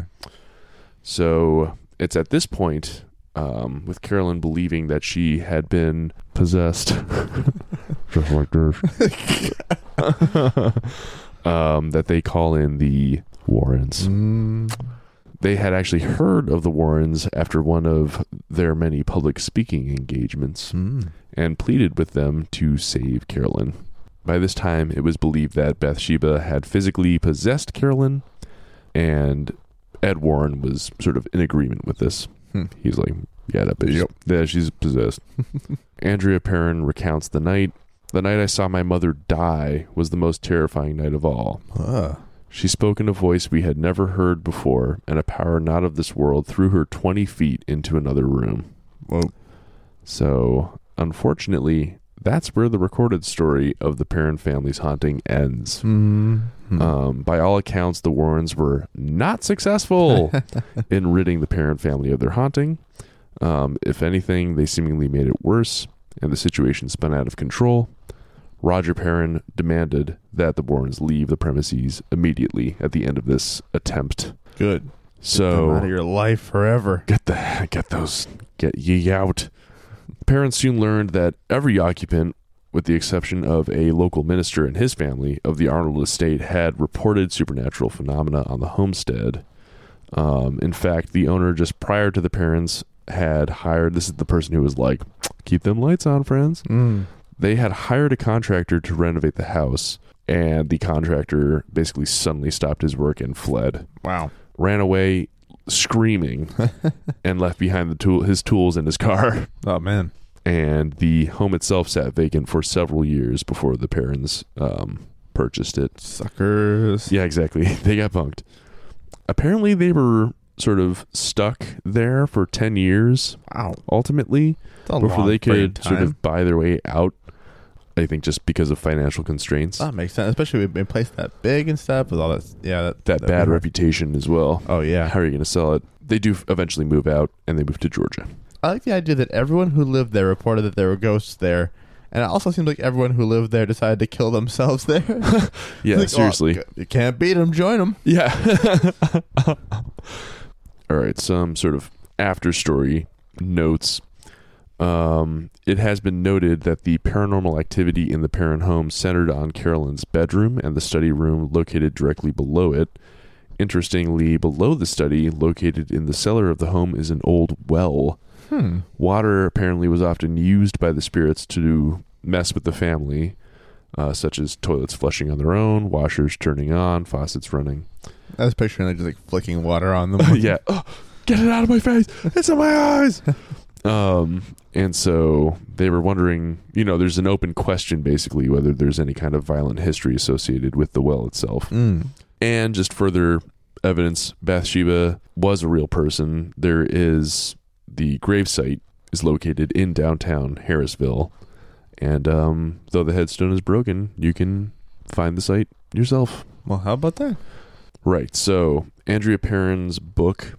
So it's at this point, um, with Carolyn believing that she had been possessed, just like this, um, that they call in the Warrens.
Mm.
They had actually heard of the Warrens after one of their many public speaking engagements
Mm.
and pleaded with them to save Carolyn. By this time, it was believed that Bathsheba had physically possessed Carolyn, and Ed Warren was sort of in agreement with this.
Hmm.
He's like, "Yeah, that bitch,
Yep.
yeah, she's possessed." Andrea Perrin recounts the night. The night I saw my mother die was the most terrifying night of all.
Uh,
She spoke in a voice we had never heard before, and a power not of this world threw her twenty feet into another room.
well,
So, unfortunately, that's where the recorded story of the Perrin family's haunting ends.
mm, mm.
Um, by all accounts, the Warrens were not successful in ridding the Perrin family of their haunting. Um, if anything, they seemingly made it worse. and the situation spun out of control. Roger Perrin demanded that the Warrens leave the premises immediately at the end of this attempt.
Good. Come out of
So
your life forever.
get the get those get ye out. Perrin soon learned that every occupant, with the exception of a local minister and his family, of the Arnold estate had reported supernatural phenomena on the homestead. Um, in fact, the owner just prior to the parents had hired this is the person who was like, keep them lights on, friends
Mm.
they had hired a contractor to renovate the house and the contractor basically suddenly stopped his work and fled
Wow.
ran away screaming and left behind the tool his tools and his car
Oh man.
and the home itself sat vacant for several years before the parents um, purchased it
Suckers.
yeah, exactly. They got punked. Apparently, they were sort of stuck there for 10 years
Wow.
ultimately
It's a
before
long
they
period
could sort
time.
of buy their way out. I think just because of financial constraints,
That makes sense, especially with a place that big and stuff with all that. Yeah, that,
that bad reputation as well.
Oh yeah,
How are you going to sell it? They do eventually move out and they move to Georgia.
I like the idea that everyone who lived there reported that there were ghosts there, and it also seemed like everyone who lived there decided to kill themselves there.
Yeah,
Like, oh,
seriously.
g- you can't beat them. Join them.
Yeah. All right, some sort of after story notes. Um, it has been noted that the paranormal activity in the parent home centered on Carolyn's bedroom and the study room located directly below it. Interestingly, below the study, located in the cellar of the home, is an old well.
Hmm.
Water apparently was often used by the spirits to mess with the family, uh, such as toilets flushing on their own, washers turning on, faucets running.
I was picturing like just like flicking water on them.
yeah. Oh, get it out of my face. It's in my eyes. um, and so they were wondering, you know, there's an open question basically whether there's any kind of violent history associated with the well itself.
Mm.
And just further evidence Bathsheba was a real person. There is the gravesite is located in downtown Harrisville. And um, though the headstone is broken, you can find the site yourself.
Well, how about that?
Right. So Andrea Perrin's book,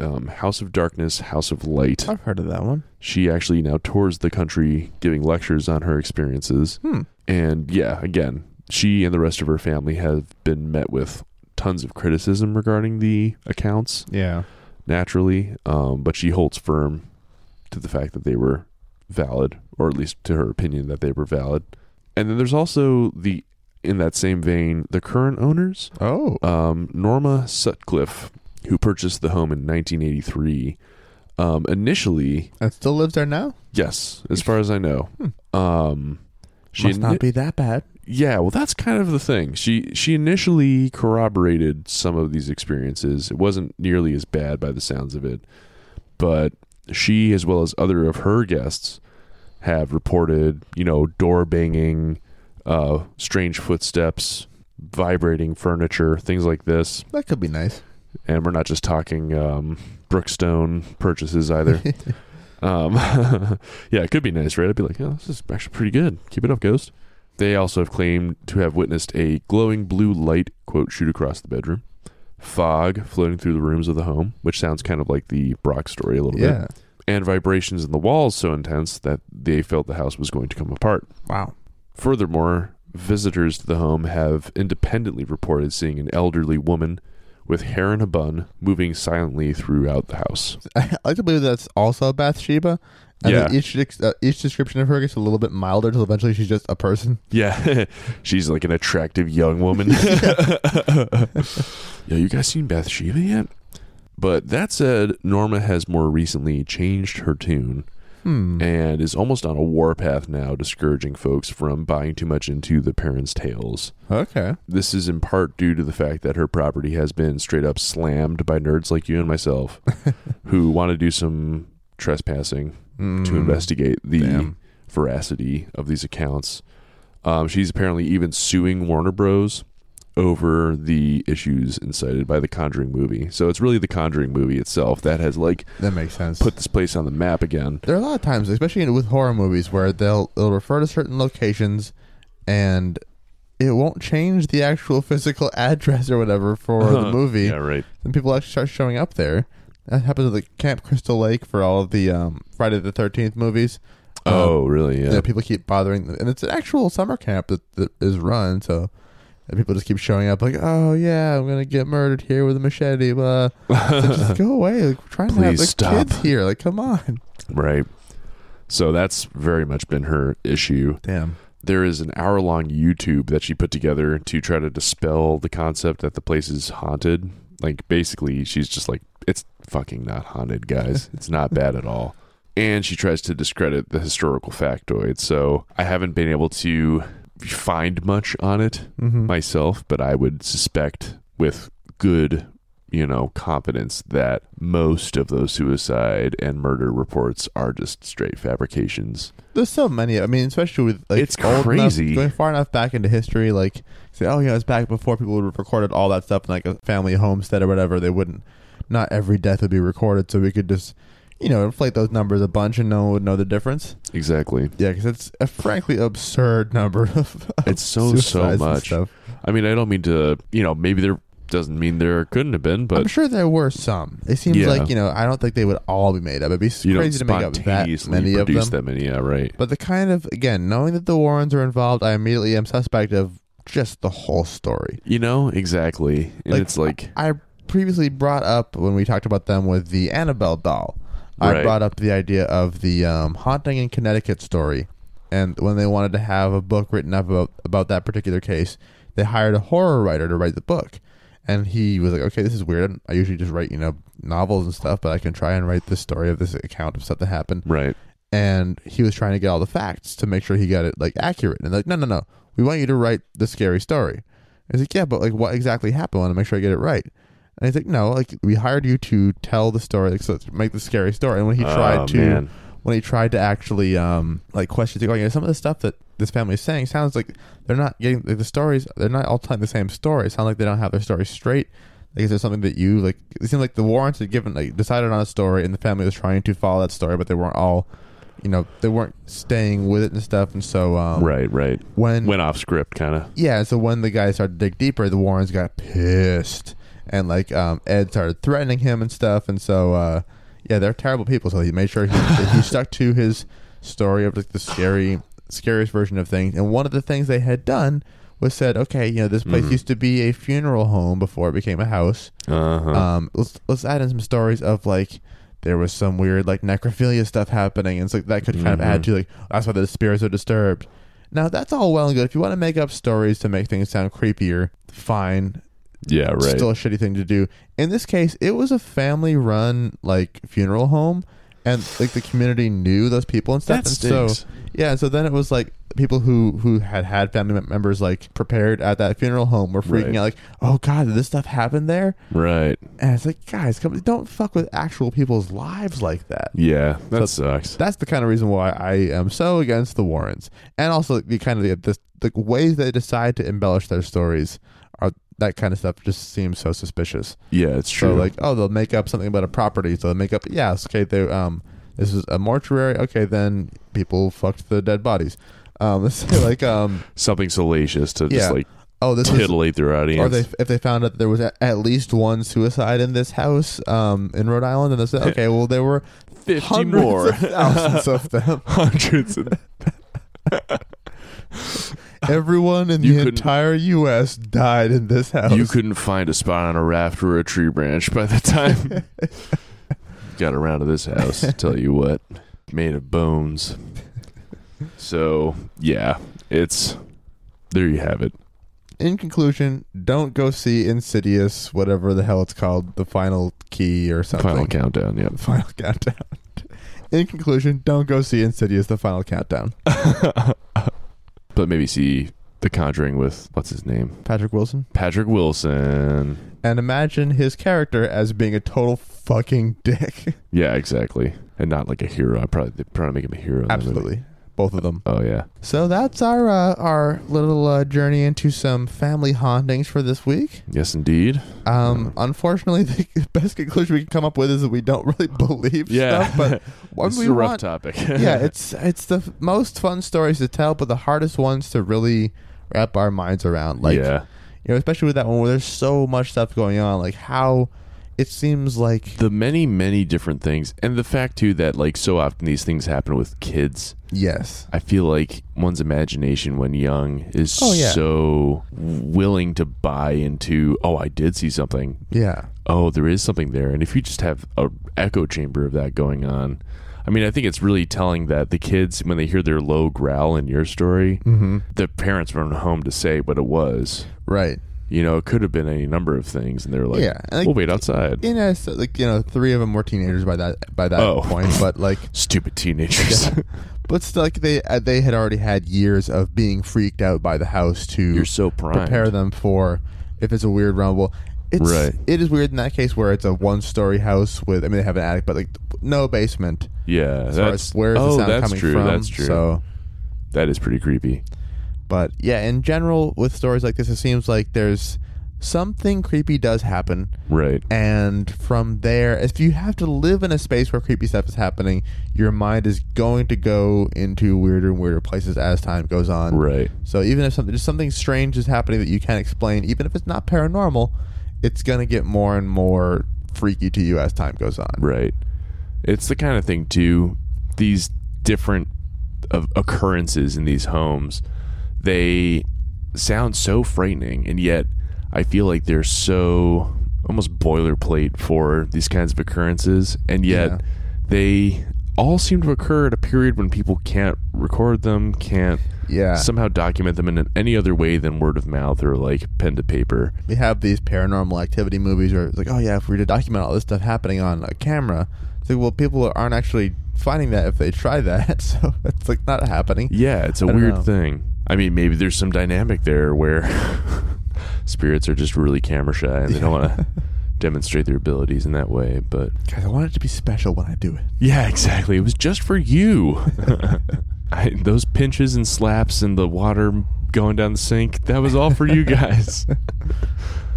um, House of Darkness, House of Light.
I've heard of that one.
She actually now tours the country giving lectures on her experiences.
Hmm.
And yeah, again, she and the rest of her family have been met with tons of criticism regarding the accounts,
Yeah.
naturally. Um, but she holds firm to the fact that they were valid, or at least to her opinion that they were valid. And then there's also the, in that same vein, the current owners
Oh.
um, Norma Sutcliffe, who purchased the home in 1983. Um, initially,
And still lives there now?
yes, as far as I know, um, she
Must not be that bad.
yeah. Well, that's kind of the thing. She she initially corroborated some of these experiences. It wasn't nearly as bad by the sounds of it, but she, as well as other of her guests, have reported you know door banging, uh, strange footsteps, vibrating furniture, things like this.
That could be nice.
and we're not just talking um, Brookstone purchases either. um, yeah, it could be nice, right? I'd be like, oh, this is actually pretty good. Keep it up, Ghost. They also have claimed to have witnessed a glowing blue light, quote, shoot across the bedroom, fog floating through the rooms of the home, which sounds kind of like the Brock story a little bit,
Yeah.
and vibrations in the walls so intense that they felt the house was going to come apart.
Wow.
Furthermore, visitors to the home have independently reported seeing an elderly woman with hair in a bun moving silently throughout the house.
I like to believe that's also Bathsheba. And
Yeah.
that each ex- uh, each description of her gets a little bit milder till eventually she's just a person.
Yeah, she's like an attractive young woman. yeah, you guys seen Bathsheba yet? But that said, Norma has more recently changed her tune
Hmm.
and is almost on a warpath now, discouraging folks from buying too much into the parents' tales.
Okay.
This is in part due to the fact that her property has been straight up slammed by nerds like you and myself who want to do some trespassing to
Mm.
investigate the
Damn.
veracity of these accounts. Um, she's apparently even suing Warner Bros. over the issues incited by the Conjuring movie. So it's really the Conjuring movie itself that has like
That makes sense.
put this place on the map again.
there are a lot of times, especially with horror movies, where they'll they'll refer to certain locations, and it won't change the actual physical address or whatever for the movie.
Yeah, right.
and people actually start showing up there. That happens at the Camp Crystal Lake for all of the um, Friday the Thirteenth movies.
Oh, really?
Yeah.
Yeah.
people keep bothering them, and it's an actual summer camp that, that is run. So and people just keep showing up, like, "Oh yeah, I'm gonna get murdered here with a machete." Blah. So just go away. Like, we're trying to have
Please
like,
stop.
kids here. Like, come on.
Right. So that's very much been her issue.
Damn.
There is an hour long YouTube that she put together to try to dispel the concept that the place is haunted. Like, basically, she's just like, it's fucking not haunted, guys. It's not bad at all. And she tries to discredit the historical factoid. So I haven't been able to find much on it
Mm-hmm.
myself, but I would suspect with good, you know, confidence that most of those suicide and murder reports are just straight fabrications.
There's so many. I mean, especially with like
It's
old enough-
crazy.
going far enough back into history, like say, oh, you know, it's back before people would have recorded all that stuff in like a family homestead or whatever. They wouldn't. Not every death would be recorded, so we could just, you know, inflate those numbers a bunch, and no one would know the difference.
Exactly.
Yeah, because it's a frankly absurd number of. of
It's so so
suicides and
much.
stuff.
I mean, I don't mean to, you know, maybe there doesn't mean there couldn't have been,
I'm
but
sure there were some. It seems
Yeah.
like you know. I don't think they would all be made up. It'd be s-
you
crazy to
don't
make up that
spontaneously
many of
produce
them.
that many. Yeah, right.
But the kind of again, knowing that the Warrens are involved, I immediately am suspect of just the whole story.
You know, exactly. And
Like-
it's like,
I previously brought up when we talked about them with the Annabelle doll. I
Right.
brought up the idea of the um, haunting in Connecticut story, and when they wanted to have a book written up about, about that particular case, they hired a horror writer to write the book, and he was like, "Okay, this is weird. I usually just write you know novels and stuff, but I can try and write this story of this account of stuff that happened."
right.
and he was trying to get all the facts to make sure he got it like accurate. And they're like, no, no, no, we want you to write the scary story. And he's like, yeah, but like what exactly happened? I want to make sure I get it right. And he's like, no, like we hired you to tell the story, like so to make the scary story. And when he tried
Oh,
to,
man.
when he tried to actually um like question, he's like, oh, you know, some of the stuff that this family is saying sounds like they're not getting like, the stories. They're not all telling the same story. It sounds like they don't have their story straight. Like, is there something that you like? It seemed like the Warrens had given, like, decided on a story, and the family was trying to follow that story, but they weren't all, you know, they weren't staying with it and stuff. And so, um,
Right, right.
when,
Went off script, kind of.
yeah, so when the guys started to dig deeper, the Warrens got pissed, and like, um, Ed started threatening him and stuff. And so, uh, yeah, they're terrible people. So he made sure he, that he stuck to his story of like the scary, scariest version of things. And one of the things they had done was said, okay, you know, this place used to be a funeral home before it became a house.
Uh-huh.
Um, let's let's add in some stories of like there was some weird like necrophilia stuff happening, and so that could kind of
Mm-hmm.
add to like that's why the spirits are disturbed. Now that's all well and good. If you want to make up stories to make things sound creepier, fine.
yeah, right.
Still a shitty thing to do. In this case, it was a family-run like funeral home, and like the community knew those people and stuff.
That
and so
stinks.
yeah, so then it was like people who who had had family mem- members like prepared at that funeral home were freaking
Right.
out, like, oh god, did this stuff happen there?
right.
And it's like, guys, come, don't fuck with actual people's lives like that.
Yeah, that
So-
sucks.
That's the kind of reason why I am so against the Warrens, and also the kind of the, the, the ways they decide to embellish their stories are that kind of stuff just seems so suspicious.
yeah, it's true.
So like, oh, they'll make up something about a property, so they make up, yeah, it's okay, they um, this is a mortuary, okay, then people fucked the dead bodies. Um, let's say like um,
something salacious to
Yeah.
just like
oh, this is
titillate their
or
audience.
they if they found out that there was a, at least one suicide in this house um, in Rhode Island, and they said, okay, well there were
50
hundreds of thousands of them.
hundreds. Of,
Everyone in
You
the
couldn't-
entire U.S. died in this house.
you couldn't find a spot on a raft or a tree branch by the time got around to this house. Tell you what, made of bones. So yeah, it's there. You have it.
in conclusion, don't go see Insidious, whatever the hell it's called, the final key or something.
Final countdown. Yep.
Final countdown. in conclusion, don't go see Insidious, the final countdown.
But maybe see The Conjuring with what's his name,
Patrick Wilson,
Patrick Wilson.
and imagine his character as being a total fucking dick.
Yeah, exactly. And not like a hero. I probably they probably make him a hero. in that movie.
Absolutely, both of them.
Oh yeah.
So that's our uh, our little uh, journey into some family hauntings for this week.
Yes, indeed.
Um, unfortunately, the best conclusion we can come up with is that we don't really believe
Yeah.
stuff. But what
this
we
is a rough
want,
topic.
yeah, it's it's the f- most fun stories to tell, but the hardest ones to really wrap our minds around. Like
yeah,
you know, especially with that one where there's so much stuff going on. Like how it seems like
the many many different things and the fact too that like so often these things happen with kids
yes,
i feel like one's imagination when young is
Oh, yeah.
so willing to buy into oh i did see something
yeah,
oh there is something there and if you just have a echo chamber of that going on i mean i think it's really telling that the kids when they hear their low growl in your story
mm-hmm.
the parents run home to say what it was
right.
you know it could have been any number of things and they're like
Yeah, and, like,
we'll wait outside
You know, so, like you know, three of them were teenagers by that by that
Oh.
point, but like,
stupid teenagers
but still, like they uh, they had already had years of being freaked out by the house to
you're so primed
prepare them for if it's a weird rumble. It's
Right.
it is weird in that case where it's a one story house with I mean they have an attic but like no basement.
Yeah,
As far
that's
as where's
oh,
the sound
that's
coming
true.
from.
That's true.
So
that is pretty creepy.
but yeah, in general with stories like this it seems like there's something creepy does happen
Right.
and from there if you have to live in a space where creepy stuff is happening, your mind is going to go into weirder and weirder places as time goes on.
Right.
So even if something just something strange is happening that you can't explain, even if it's not paranormal, it's gonna get more and more freaky to you as time goes on.
Right. It's the kind of thing too. These different of occurrences in these homes, they sound so frightening, and yet I feel like they're so almost boilerplate for these kinds of occurrences, and yet
Yeah.
they all seem to occur at a period when people can't record them, can't
Yeah.
somehow document them in any other way than word of mouth or like pen to paper.
we have these paranormal activity movies where it's like, oh yeah, if we were to document all this stuff happening on a camera, it's like, well, people aren't actually finding that if they try that, so it's like not happening.
Yeah, it's a
don't
weird
know.
thing. I mean, maybe there's some dynamic there where spirits are just really camera shy and they don't want to demonstrate their abilities in that way. But
Guys, I want it to be special when I do it.
yeah, exactly. It was just for you. I, those pinches and slaps and the water going down the sink, that was all for you guys.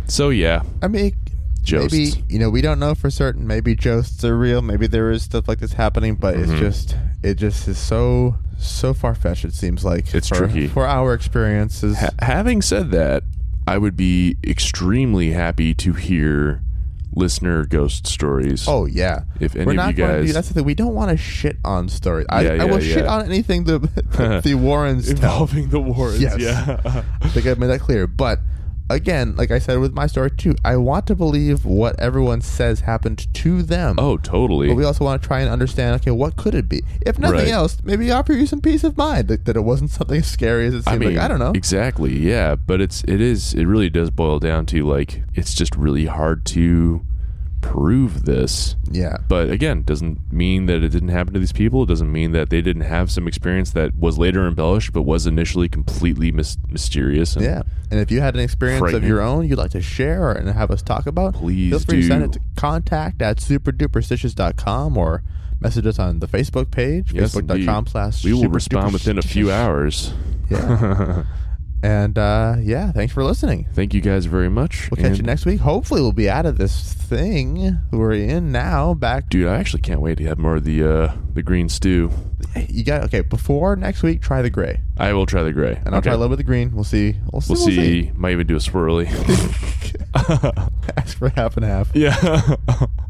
so, yeah,
I mean,
Josts.
maybe you know we don't know for certain. Maybe Josts are real. Maybe there is stuff like this happening, but
Mm-hmm.
it's just it just is so so far fetched. It seems like
It's
for,
tricky.
for our experiences.
Ha- having said that, I would be extremely happy to hear listener ghost stories.
Oh yeah,
If any
we're
of
not
you
going to
guys-
do that's the thing. We don't want to shit on stories. I,
Yeah,
I will
yeah,
shit
yeah.
on anything the the Warrens tell.
involving the wars.
Yes.
Yeah.
I think I've made that clear. But again, like I said with my story too, I want to believe what everyone says happened to them.
oh, totally.
But we also want to try and understand, okay, what could it be? If nothing
Right.
else, maybe offer you some peace of mind that, that it wasn't something as scary as it seemed like. I don't know.
Exactly. Yeah, but it's it is it really does boil down to like it's just really hard to prove this.
yeah.
But again, doesn't mean that it didn't happen to these people. It doesn't mean that they didn't have some experience that was later embellished, but was initially completely mis- mysterious. And
Yeah. And if you had an experience of
Frightening.
your own you'd like to share and have us talk about,
Please
feel free to send it
do.
to contact at superduperstitious.com or message us on the Facebook page,
Yes,
facebook.com
indeed.
slash
We will respond within a few
superduperstitious.
hours.
Yeah. and uh, yeah, thanks for listening.
Thank you guys very much.
We'll catch you
and-
next week. Hopefully, we'll be out of this thing we're in now. Back
Dude, I actually can't wait to have more of the uh, the green stew.
you got okay before next week try the gray
I will try the gray.
and i'll
Okay.
try a little bit of the green we'll see we'll see,
We'll see. Might even do a swirly.
ask for half and half
yeah.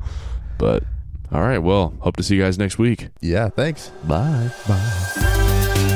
but all right. Well, hope to see you guys next week.
yeah thanks
Bye.
bye
Thank